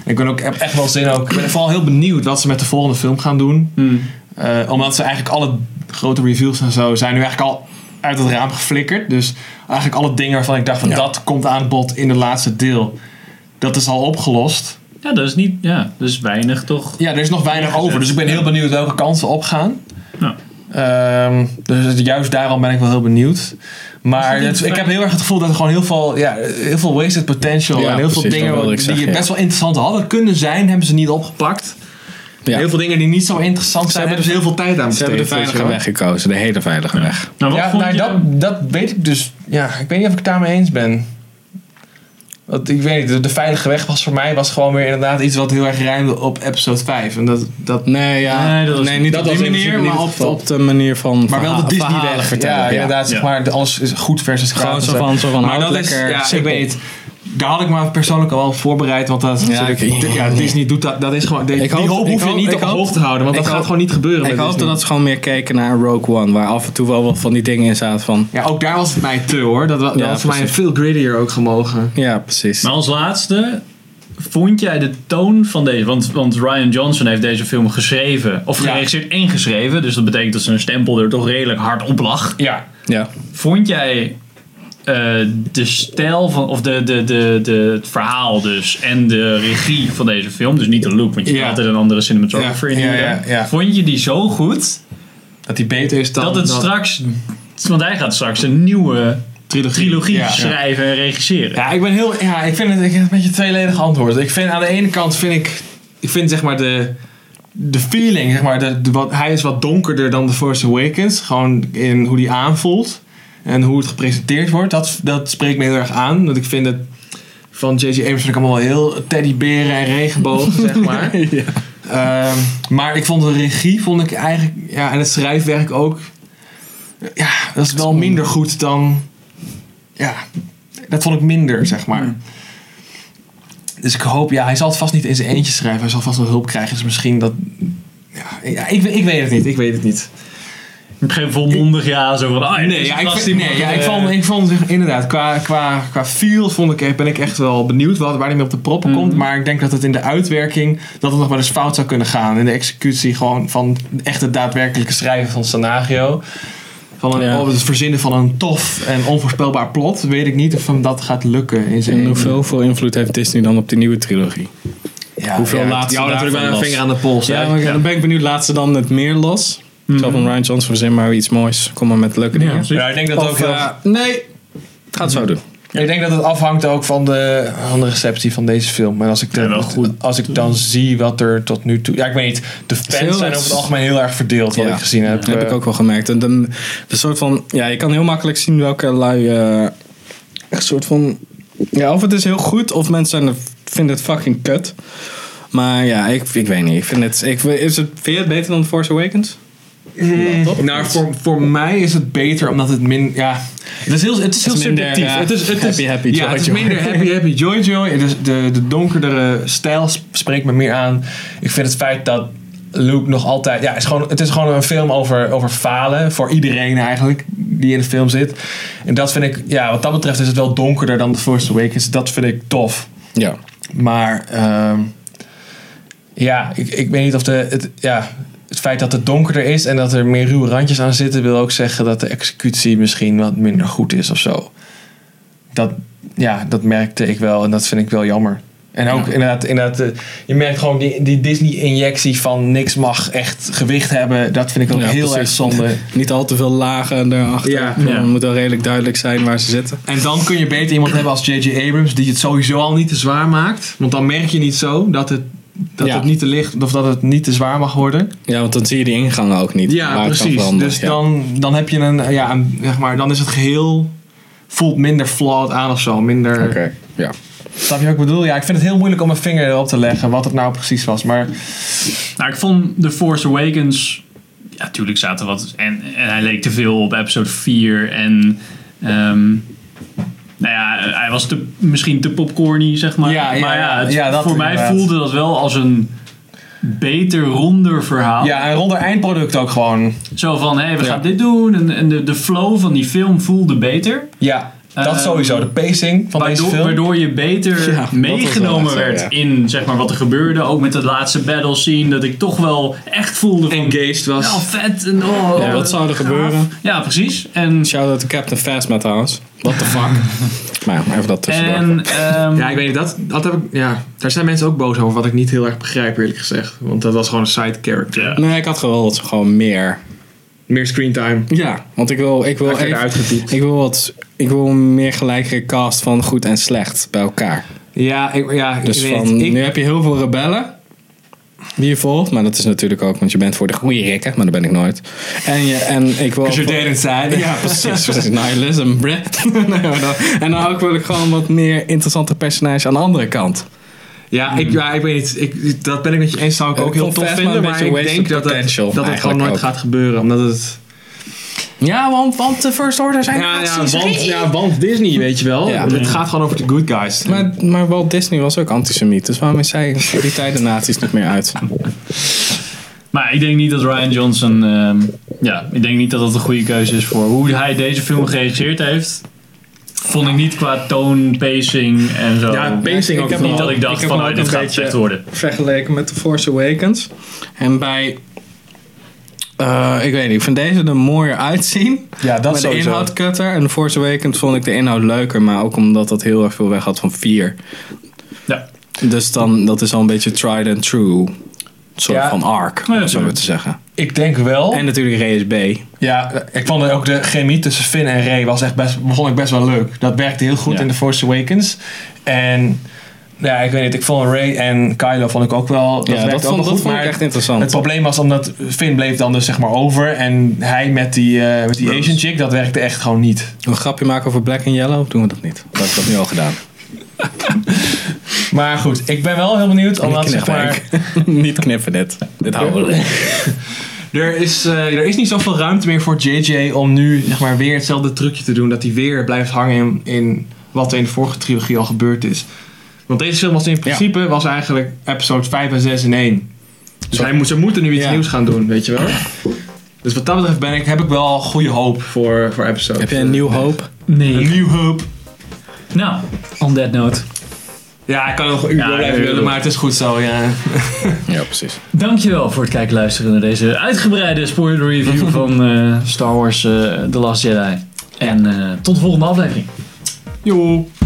Speaker 3: Ik ben ook, heb echt wel zin ook. Ik ben vooral heel benieuwd wat ze met de volgende film gaan doen.
Speaker 1: Hmm.
Speaker 3: Eh, omdat ze eigenlijk alle grote reveals en zo zijn nu eigenlijk al uit het raam geflikkerd. Dus eigenlijk alle dingen waarvan ik dacht van
Speaker 2: Ja.
Speaker 3: dat komt aan bod in het laatste deel. Dat is al opgelost.
Speaker 1: Ja, dat is niet... Ja, dat is weinig toch?
Speaker 3: Ja, er is nog weinig over. Dus ik ben heel benieuwd welke kansen opgaan.
Speaker 1: Nou.
Speaker 3: Ehm, dus juist daarom ben ik wel heel benieuwd. Maar
Speaker 1: Is dat
Speaker 3: het-
Speaker 1: niet
Speaker 3: ik
Speaker 1: fijn?
Speaker 3: heb heel erg het gevoel dat er gewoon heel veel, ja, heel veel wasted potential
Speaker 2: Ja,
Speaker 3: en heel
Speaker 2: precies,
Speaker 3: veel
Speaker 2: dat
Speaker 3: dingen
Speaker 2: wilde
Speaker 3: die
Speaker 2: ik zeggen, ja.
Speaker 3: best wel interessant hadden kunnen zijn, hebben ze niet opgepakt.
Speaker 2: Ja.
Speaker 3: Heel veel dingen die niet zo interessant zijn, hebben ze heel veel tijd aan
Speaker 2: Ze hebben de veilige weg gekozen. De hele veilige weg.
Speaker 1: Nou, wat
Speaker 3: Ja,
Speaker 1: vond
Speaker 3: nou,
Speaker 1: je...
Speaker 3: dat, dat weet ik dus. Ja, ik weet niet of ik het daarmee eens ben. Want ik weet niet, de, de veilige weg was voor mij was gewoon weer inderdaad iets wat heel erg ruimde op episode 5. En dat, dat
Speaker 2: Nee, ja.
Speaker 1: Nee,
Speaker 2: nee,
Speaker 1: dat was-
Speaker 2: niet
Speaker 3: dat
Speaker 2: op die
Speaker 3: was in
Speaker 2: manier,
Speaker 3: principe
Speaker 2: maar
Speaker 3: niet het
Speaker 2: op,
Speaker 3: geval.
Speaker 2: op de manier van
Speaker 3: Maar wel de
Speaker 2: verha-
Speaker 3: Disney
Speaker 2: verhalen
Speaker 3: weg.
Speaker 2: vertellen.
Speaker 3: Ja, inderdaad. Zeg
Speaker 1: Ja.
Speaker 3: maar, alles is goed versus kwaad.
Speaker 2: Gewoon zo
Speaker 3: en
Speaker 2: van, zo van,
Speaker 3: Maar
Speaker 2: houd
Speaker 3: dat
Speaker 2: lekker
Speaker 3: is, ja, ik
Speaker 2: simpel.
Speaker 3: weet het. Daar had ik me persoonlijk al wel op voorbereid. Want dat,
Speaker 2: Ja,
Speaker 3: ja,
Speaker 2: ik-
Speaker 3: ja, Disney doet dat. Dat is gewoon, die,
Speaker 2: Ik hoop-
Speaker 3: die hoop
Speaker 2: ik
Speaker 3: hoef je
Speaker 2: hoop-
Speaker 3: niet
Speaker 2: ik
Speaker 3: op
Speaker 2: hoop-
Speaker 3: hoog te houden. Want
Speaker 2: ik
Speaker 3: dat gaat
Speaker 2: hoop-
Speaker 3: gewoon niet gebeuren
Speaker 2: Ik
Speaker 3: met
Speaker 2: hoopte
Speaker 3: Disney.
Speaker 2: dat ze gewoon meer keken naar Rogue One, waar af en toe wel wat van die dingen in zaten van...
Speaker 3: Ja, ook daar was het mij te hoor. Dat, wa- dat
Speaker 2: Ja,
Speaker 3: had voor mij
Speaker 2: precies.
Speaker 3: veel grittier ook gemogen.
Speaker 2: Ja, precies.
Speaker 1: Maar als laatste, vond jij de toon van deze... Want, want Ryan Johnson heeft deze film geschreven. Of
Speaker 3: Ja.
Speaker 1: geregisseerd en geschreven. Dus dat betekent dat zijn stempel er toch redelijk hard op lag.
Speaker 3: Ja.
Speaker 2: Ja.
Speaker 1: Vond jij eh, de stijl van, of de, de, de, de, het verhaal dus en de regie van deze film, dus niet de look, want je hebt
Speaker 3: Ja.
Speaker 1: altijd een andere cinematographer
Speaker 3: Ja,
Speaker 1: in
Speaker 3: ja,
Speaker 1: hier,
Speaker 3: ja, ja.
Speaker 1: Vond je die zo goed
Speaker 3: Dat die beter is dan...
Speaker 1: dat het straks, want hij gaat straks een nieuwe trilogie,
Speaker 3: Ja.
Speaker 1: schrijven en regisseren.
Speaker 3: Ja, ik ben heel. Ja, ik vind het ik heb een beetje tweeledig antwoord. Ik vind aan de ene kant vind ik. Ik vind zeg maar de. De feeling, zeg maar. De, de wat, hij is wat donkerder dan The Force Awakens. Gewoon in hoe die aanvoelt. En hoe het gepresenteerd wordt. Dat, dat spreekt me heel erg aan. Want ik vind het. Van J.J. Abrams vind ik allemaal wel heel teddyberen en regenbogen, zeg maar. Ehm, maar ik vond de regie, vond ik eigenlijk. Ja, en het schrijfwerk ook. Ja, dat is wel minder goed dan. Ja, dat vond ik minder, zeg maar.
Speaker 1: Hmm.
Speaker 3: Dus ik hoop, ja, hij zal het vast niet in zijn eentje schrijven. Hij zal vast wel hulp krijgen. Dus misschien dat. Ja, ja, ik, ik weet het niet. Ik weet het niet.
Speaker 1: Geen volmondig ja, zo van, ah,
Speaker 3: Nee,
Speaker 1: deze
Speaker 3: ja, "Oh, ik,
Speaker 1: gast
Speaker 3: vind-
Speaker 1: die
Speaker 3: nee,
Speaker 1: moet,
Speaker 3: ja, ik
Speaker 1: eh,
Speaker 3: vond, ik vond zeg, inderdaad, qua, qua, qua feel vond ik, ben ik echt wel benieuwd wat, waar hij mee op de proppen komt.
Speaker 1: Hmm.
Speaker 3: Maar ik denk dat het in de uitwerking, dat het nog wel eens fout zou kunnen gaan. In de executie gewoon van echt het daadwerkelijke schrijven van het scenario. Van een,
Speaker 2: Ja.
Speaker 3: oh, het verzinnen van een tof en onvoorspelbaar plot. Weet ik niet of hem dat gaat lukken in zijn
Speaker 2: En
Speaker 1: Hmm.
Speaker 3: eentje.
Speaker 2: hoeveel, hoeveel invloed heeft Disney dan op die nieuwe trilogie?
Speaker 3: Ja,
Speaker 2: Hoeveel laat ze
Speaker 3: die houden natuurlijk
Speaker 2: daarvan
Speaker 3: wel een
Speaker 2: los?
Speaker 3: vinger aan de pols. hè.
Speaker 2: Ja, maar dan ben ik benieuwd, laat ze dan het meer los? Zo van Ryan Johnson, verzin maar iets moois. Kom maar met leuke dingen.
Speaker 1: precies.
Speaker 3: Ja, ik denk dat
Speaker 2: Of,
Speaker 3: ook heel-
Speaker 2: eh, nee, het gaat zo doen.
Speaker 3: Ik denk dat het afhangt ook van de, van de receptie van deze film. En als ik,
Speaker 1: Ja,
Speaker 3: dan,
Speaker 1: wel goed.
Speaker 3: als ik dan zie wat er tot nu toe. Ja, ik weet niet. De
Speaker 2: heel
Speaker 3: fans zijn
Speaker 2: erg-
Speaker 3: over het algemeen heel erg verdeeld, wat
Speaker 2: Ja.
Speaker 3: ik gezien heb. Eh,
Speaker 2: Dat heb eh. ik ook wel gemerkt. En dan, de soort van, ja, je kan heel makkelijk zien welke lui. eh, echt een soort van. Ja, of het is heel goed, of mensen zijn er- vinden het fucking kut. Maar ja, ik, ik weet niet. Ik vind het, ik, is het, vind je het beter dan The Force Awakens?
Speaker 3: Mm,
Speaker 2: toch?
Speaker 3: nou, voor, voor mij is het beter omdat het min. Ja, het is heel, het is heel
Speaker 2: is minder,
Speaker 3: subjectief.
Speaker 2: ja,
Speaker 3: het is, het is,
Speaker 2: happy, happy,
Speaker 3: ja,
Speaker 2: joy,
Speaker 3: het is
Speaker 2: joy.
Speaker 3: minder happy, happy, joy, joy. Het is de, de donkerdere stijl sp- spreekt me meer aan. Ik vind het feit dat Luke nog altijd. Ja, het is gewoon, het is gewoon een film over, over falen. Voor iedereen eigenlijk die in de film zit. En dat vind ik, ja, wat dat betreft is het wel donkerder dan The Force Awakens. Dat vind ik tof.
Speaker 2: Ja.
Speaker 3: Maar ehm, ja, ik, ik weet niet of de, het, ja, het feit dat het donkerder is en dat er meer ruwe randjes aan zitten, wil ook zeggen dat de executie misschien wat minder goed is of zo. Dat, ja, dat merkte ik wel en dat vind ik wel jammer. En ook inderdaad, inderdaad eh, je merkt gewoon die, die Disney-injectie van niks mag echt gewicht hebben. Dat vind ik ook
Speaker 2: Ja,
Speaker 3: heel
Speaker 2: precies.
Speaker 3: erg zonde.
Speaker 2: Niet al te veel lagen daarachter.
Speaker 3: Ja.
Speaker 2: Van,
Speaker 1: Ja.
Speaker 2: Het moet wel redelijk duidelijk zijn waar ze zitten.
Speaker 3: En dan kun je beter iemand hebben als J.J. Abrams, die het sowieso al niet te zwaar maakt. Want dan merk je niet zo dat het dat
Speaker 2: Ja.
Speaker 3: het niet te licht of dat het niet te zwaar mag worden.
Speaker 2: Ja, want dan zie je die ingangen ook niet.
Speaker 3: Ja,
Speaker 2: waar het kan
Speaker 3: precies.
Speaker 2: veranderen.
Speaker 3: Dus
Speaker 2: Ja.
Speaker 3: dan, dan heb je een, ja, een- zeg maar, dan is het geheel voelt minder flawed aan of zo. Minder.
Speaker 2: Oké, ja.
Speaker 3: Snap je wat ik bedoel? Ja, ik vind het heel moeilijk om mijn vinger erop te leggen wat het nou precies was. Maar
Speaker 1: Nou, ik vond The Force Awakens. Ja, natuurlijk zaten wat. En, en hij leek te veel op episode 4. En. ehm, nou ja, hij was te, misschien te popcorny, zeg maar.
Speaker 3: Ja, ja,
Speaker 1: maar ja, het-
Speaker 3: ja, dat
Speaker 1: voor mij
Speaker 3: inderdaad.
Speaker 1: voelde dat wel als een beter, ronder verhaal.
Speaker 3: ja, een ronder eindproduct ook gewoon.
Speaker 1: Zo van, hé, we
Speaker 2: Ja.
Speaker 1: gaan dit doen. En, en de, de flow van die film voelde beter.
Speaker 3: Ja, dat
Speaker 1: Ehm,
Speaker 3: sowieso. De pacing van deze
Speaker 1: Waardoor,
Speaker 3: film.
Speaker 1: waardoor je beter
Speaker 2: Ja, dat was wel echt
Speaker 1: meegenomen
Speaker 2: zo,
Speaker 1: werd
Speaker 2: ja.
Speaker 1: in zeg maar, wat er gebeurde. Ook met de laatste battle scene. Dat ik toch wel echt voelde van...
Speaker 4: Engaged was.
Speaker 1: Nou, vet. En, oh,
Speaker 2: Ja, wat zou er
Speaker 1: gaaf.
Speaker 2: gebeuren?
Speaker 1: Ja, precies. En,
Speaker 2: Shout out to Captain Phasma trouwens. What the fuck. maar ja, even dat tussendoor.
Speaker 1: en ehm,
Speaker 4: Ja, ik weet niet, dat, dat heb ik, ja, daar zijn mensen ook boos over, wat ik niet heel erg begrijp eerlijk gezegd. Want dat was gewoon een side character.
Speaker 1: Ja.
Speaker 2: Nee, ik had gewoon dat ze gewoon meer.
Speaker 4: Meer screentime.
Speaker 2: Ja, want ik wil, ik wil
Speaker 4: Hij
Speaker 2: even-
Speaker 4: werd uitgediept.
Speaker 2: Ik wil wat. Ik wil een meer gelijkere cast van goed en slecht bij elkaar.
Speaker 4: Ja, ik, ja,
Speaker 2: Dus
Speaker 4: ik
Speaker 2: van,
Speaker 4: weet ik,
Speaker 2: nu heb je heel veel rebellen die je volgt. Maar dat is natuurlijk ook, want je bent voor de goede rikken. Maar dat ben ik nooit. En, je, en ik wil...
Speaker 3: zijn.
Speaker 2: Ja, precies. precies. Nihilism, bruh. Nee, maar dan- en dan ook wil ik gewoon wat meer interessante personages aan de andere kant.
Speaker 4: ja, ik, ja, ik weet niet, ik, dat ben ik met je eens, zou ik
Speaker 2: Ja,
Speaker 4: ook
Speaker 2: ik
Speaker 4: heel
Speaker 2: vond
Speaker 4: tof
Speaker 2: Phasma
Speaker 4: vinden,
Speaker 2: een
Speaker 4: maar
Speaker 2: beetje
Speaker 4: ik
Speaker 2: waste
Speaker 4: denk dat het, dat
Speaker 2: potential
Speaker 4: het gewoon
Speaker 2: eigenlijk
Speaker 4: nooit
Speaker 2: ook.
Speaker 4: gaat gebeuren, omdat het...
Speaker 2: Ja, want, want de First Order zijn
Speaker 4: Ja, ja,
Speaker 2: nazi's.
Speaker 4: want, ja, want Disney, weet je wel.
Speaker 2: Ja.
Speaker 4: Het gaat gewoon over de good guys.
Speaker 2: Maar, maar Walt Disney was ook antisemiet. Dus waarom is hij voor die tijden nazi's niet meer uit?
Speaker 1: maar ik denk niet dat Ryan Johnson... ehm, ja, ik denk niet dat dat een goede keuze is voor hoe hij deze film geregisseerd heeft. Vond ik niet qua toon, pacing en zo.
Speaker 4: Ja, pacing
Speaker 2: ik
Speaker 4: ook
Speaker 2: heb
Speaker 4: vooral.
Speaker 1: niet dat ik
Speaker 2: Ik
Speaker 1: dacht
Speaker 2: heb
Speaker 1: van,
Speaker 2: hem
Speaker 1: oh,
Speaker 2: ook
Speaker 1: dit
Speaker 2: een
Speaker 1: gaat
Speaker 2: beetje-
Speaker 1: slecht worden.
Speaker 2: vergeleken met The Force Awakens. En bij. eh, ik weet niet, ik vind deze er mooier uitzien.
Speaker 3: Ja, dat
Speaker 2: met de
Speaker 3: sowieso.
Speaker 2: inhoud kutter. En The Force Awakens vond ik de inhoud leuker, maar ook omdat dat heel erg veel weg had van 4.
Speaker 1: Ja.
Speaker 2: Dus dan, dat is al een beetje tried and true. Soort
Speaker 3: Ja.
Speaker 2: van arc, om
Speaker 1: Ja,
Speaker 2: het zo maar
Speaker 1: tuurlijk.
Speaker 2: te zeggen.
Speaker 3: Ik denk wel.
Speaker 2: En natuurlijk RSB.
Speaker 3: Ja, ik vond ook Eh, de chemie tussen Finn en Ray was echt best, begon ik best wel leuk. Dat werkte heel goed
Speaker 2: Ja.
Speaker 3: in The Force Awakens. En ja, ik weet niet, ik vond Ray en Kylo vond ik ook wel. Dat
Speaker 2: Ja,
Speaker 3: werkte
Speaker 2: dat
Speaker 3: ook
Speaker 2: vond,
Speaker 3: wel
Speaker 2: dat
Speaker 3: goed.
Speaker 2: vond ik
Speaker 3: maar
Speaker 2: echt interessant.
Speaker 3: het probleem was omdat Finn bleef dan dus zeg maar over. En hij met die, eh, met die Asian chick, dat werkte echt gewoon niet.
Speaker 2: Een grapje maken over Black and Yellow, doen we dat niet. Dat heb ik dat nu al gedaan.
Speaker 3: Maar goed, ik ben wel heel benieuwd. Omdat
Speaker 2: Niet
Speaker 3: zeg
Speaker 2: knippen,
Speaker 3: maar.
Speaker 2: Henk. niet knippen dit. Dit houden we erin.
Speaker 4: Er is, eh, er is niet zoveel ruimte meer voor JJ om nu zeg maar, weer hetzelfde trucje te doen. Dat hij weer blijft hangen in, in wat er in de vorige trilogie al gebeurd is. Want deze film was in principe was eigenlijk episode 5 en 6 in 1. Dus hij moet, ze moeten nu iets
Speaker 2: Ja.
Speaker 4: nieuws gaan doen, weet je wel. Dus wat dat betreft ben ik, heb ik wel goede hoop voor, voor episode.
Speaker 2: Heb je een nieuw hoop?
Speaker 1: Nee.
Speaker 4: nieuw hoop?
Speaker 1: Nou, on that note.
Speaker 4: Ja, ik kan nog een uur
Speaker 1: Ja,
Speaker 4: blijven
Speaker 1: ja, ja.
Speaker 4: willen, maar het is goed zo, ja.
Speaker 2: Ja, precies.
Speaker 1: Dankjewel voor het kijken en luisteren naar deze uitgebreide spoiler review van eh, Star Wars eh, The Last Jedi. En eh, tot de volgende aflevering.
Speaker 4: Joep.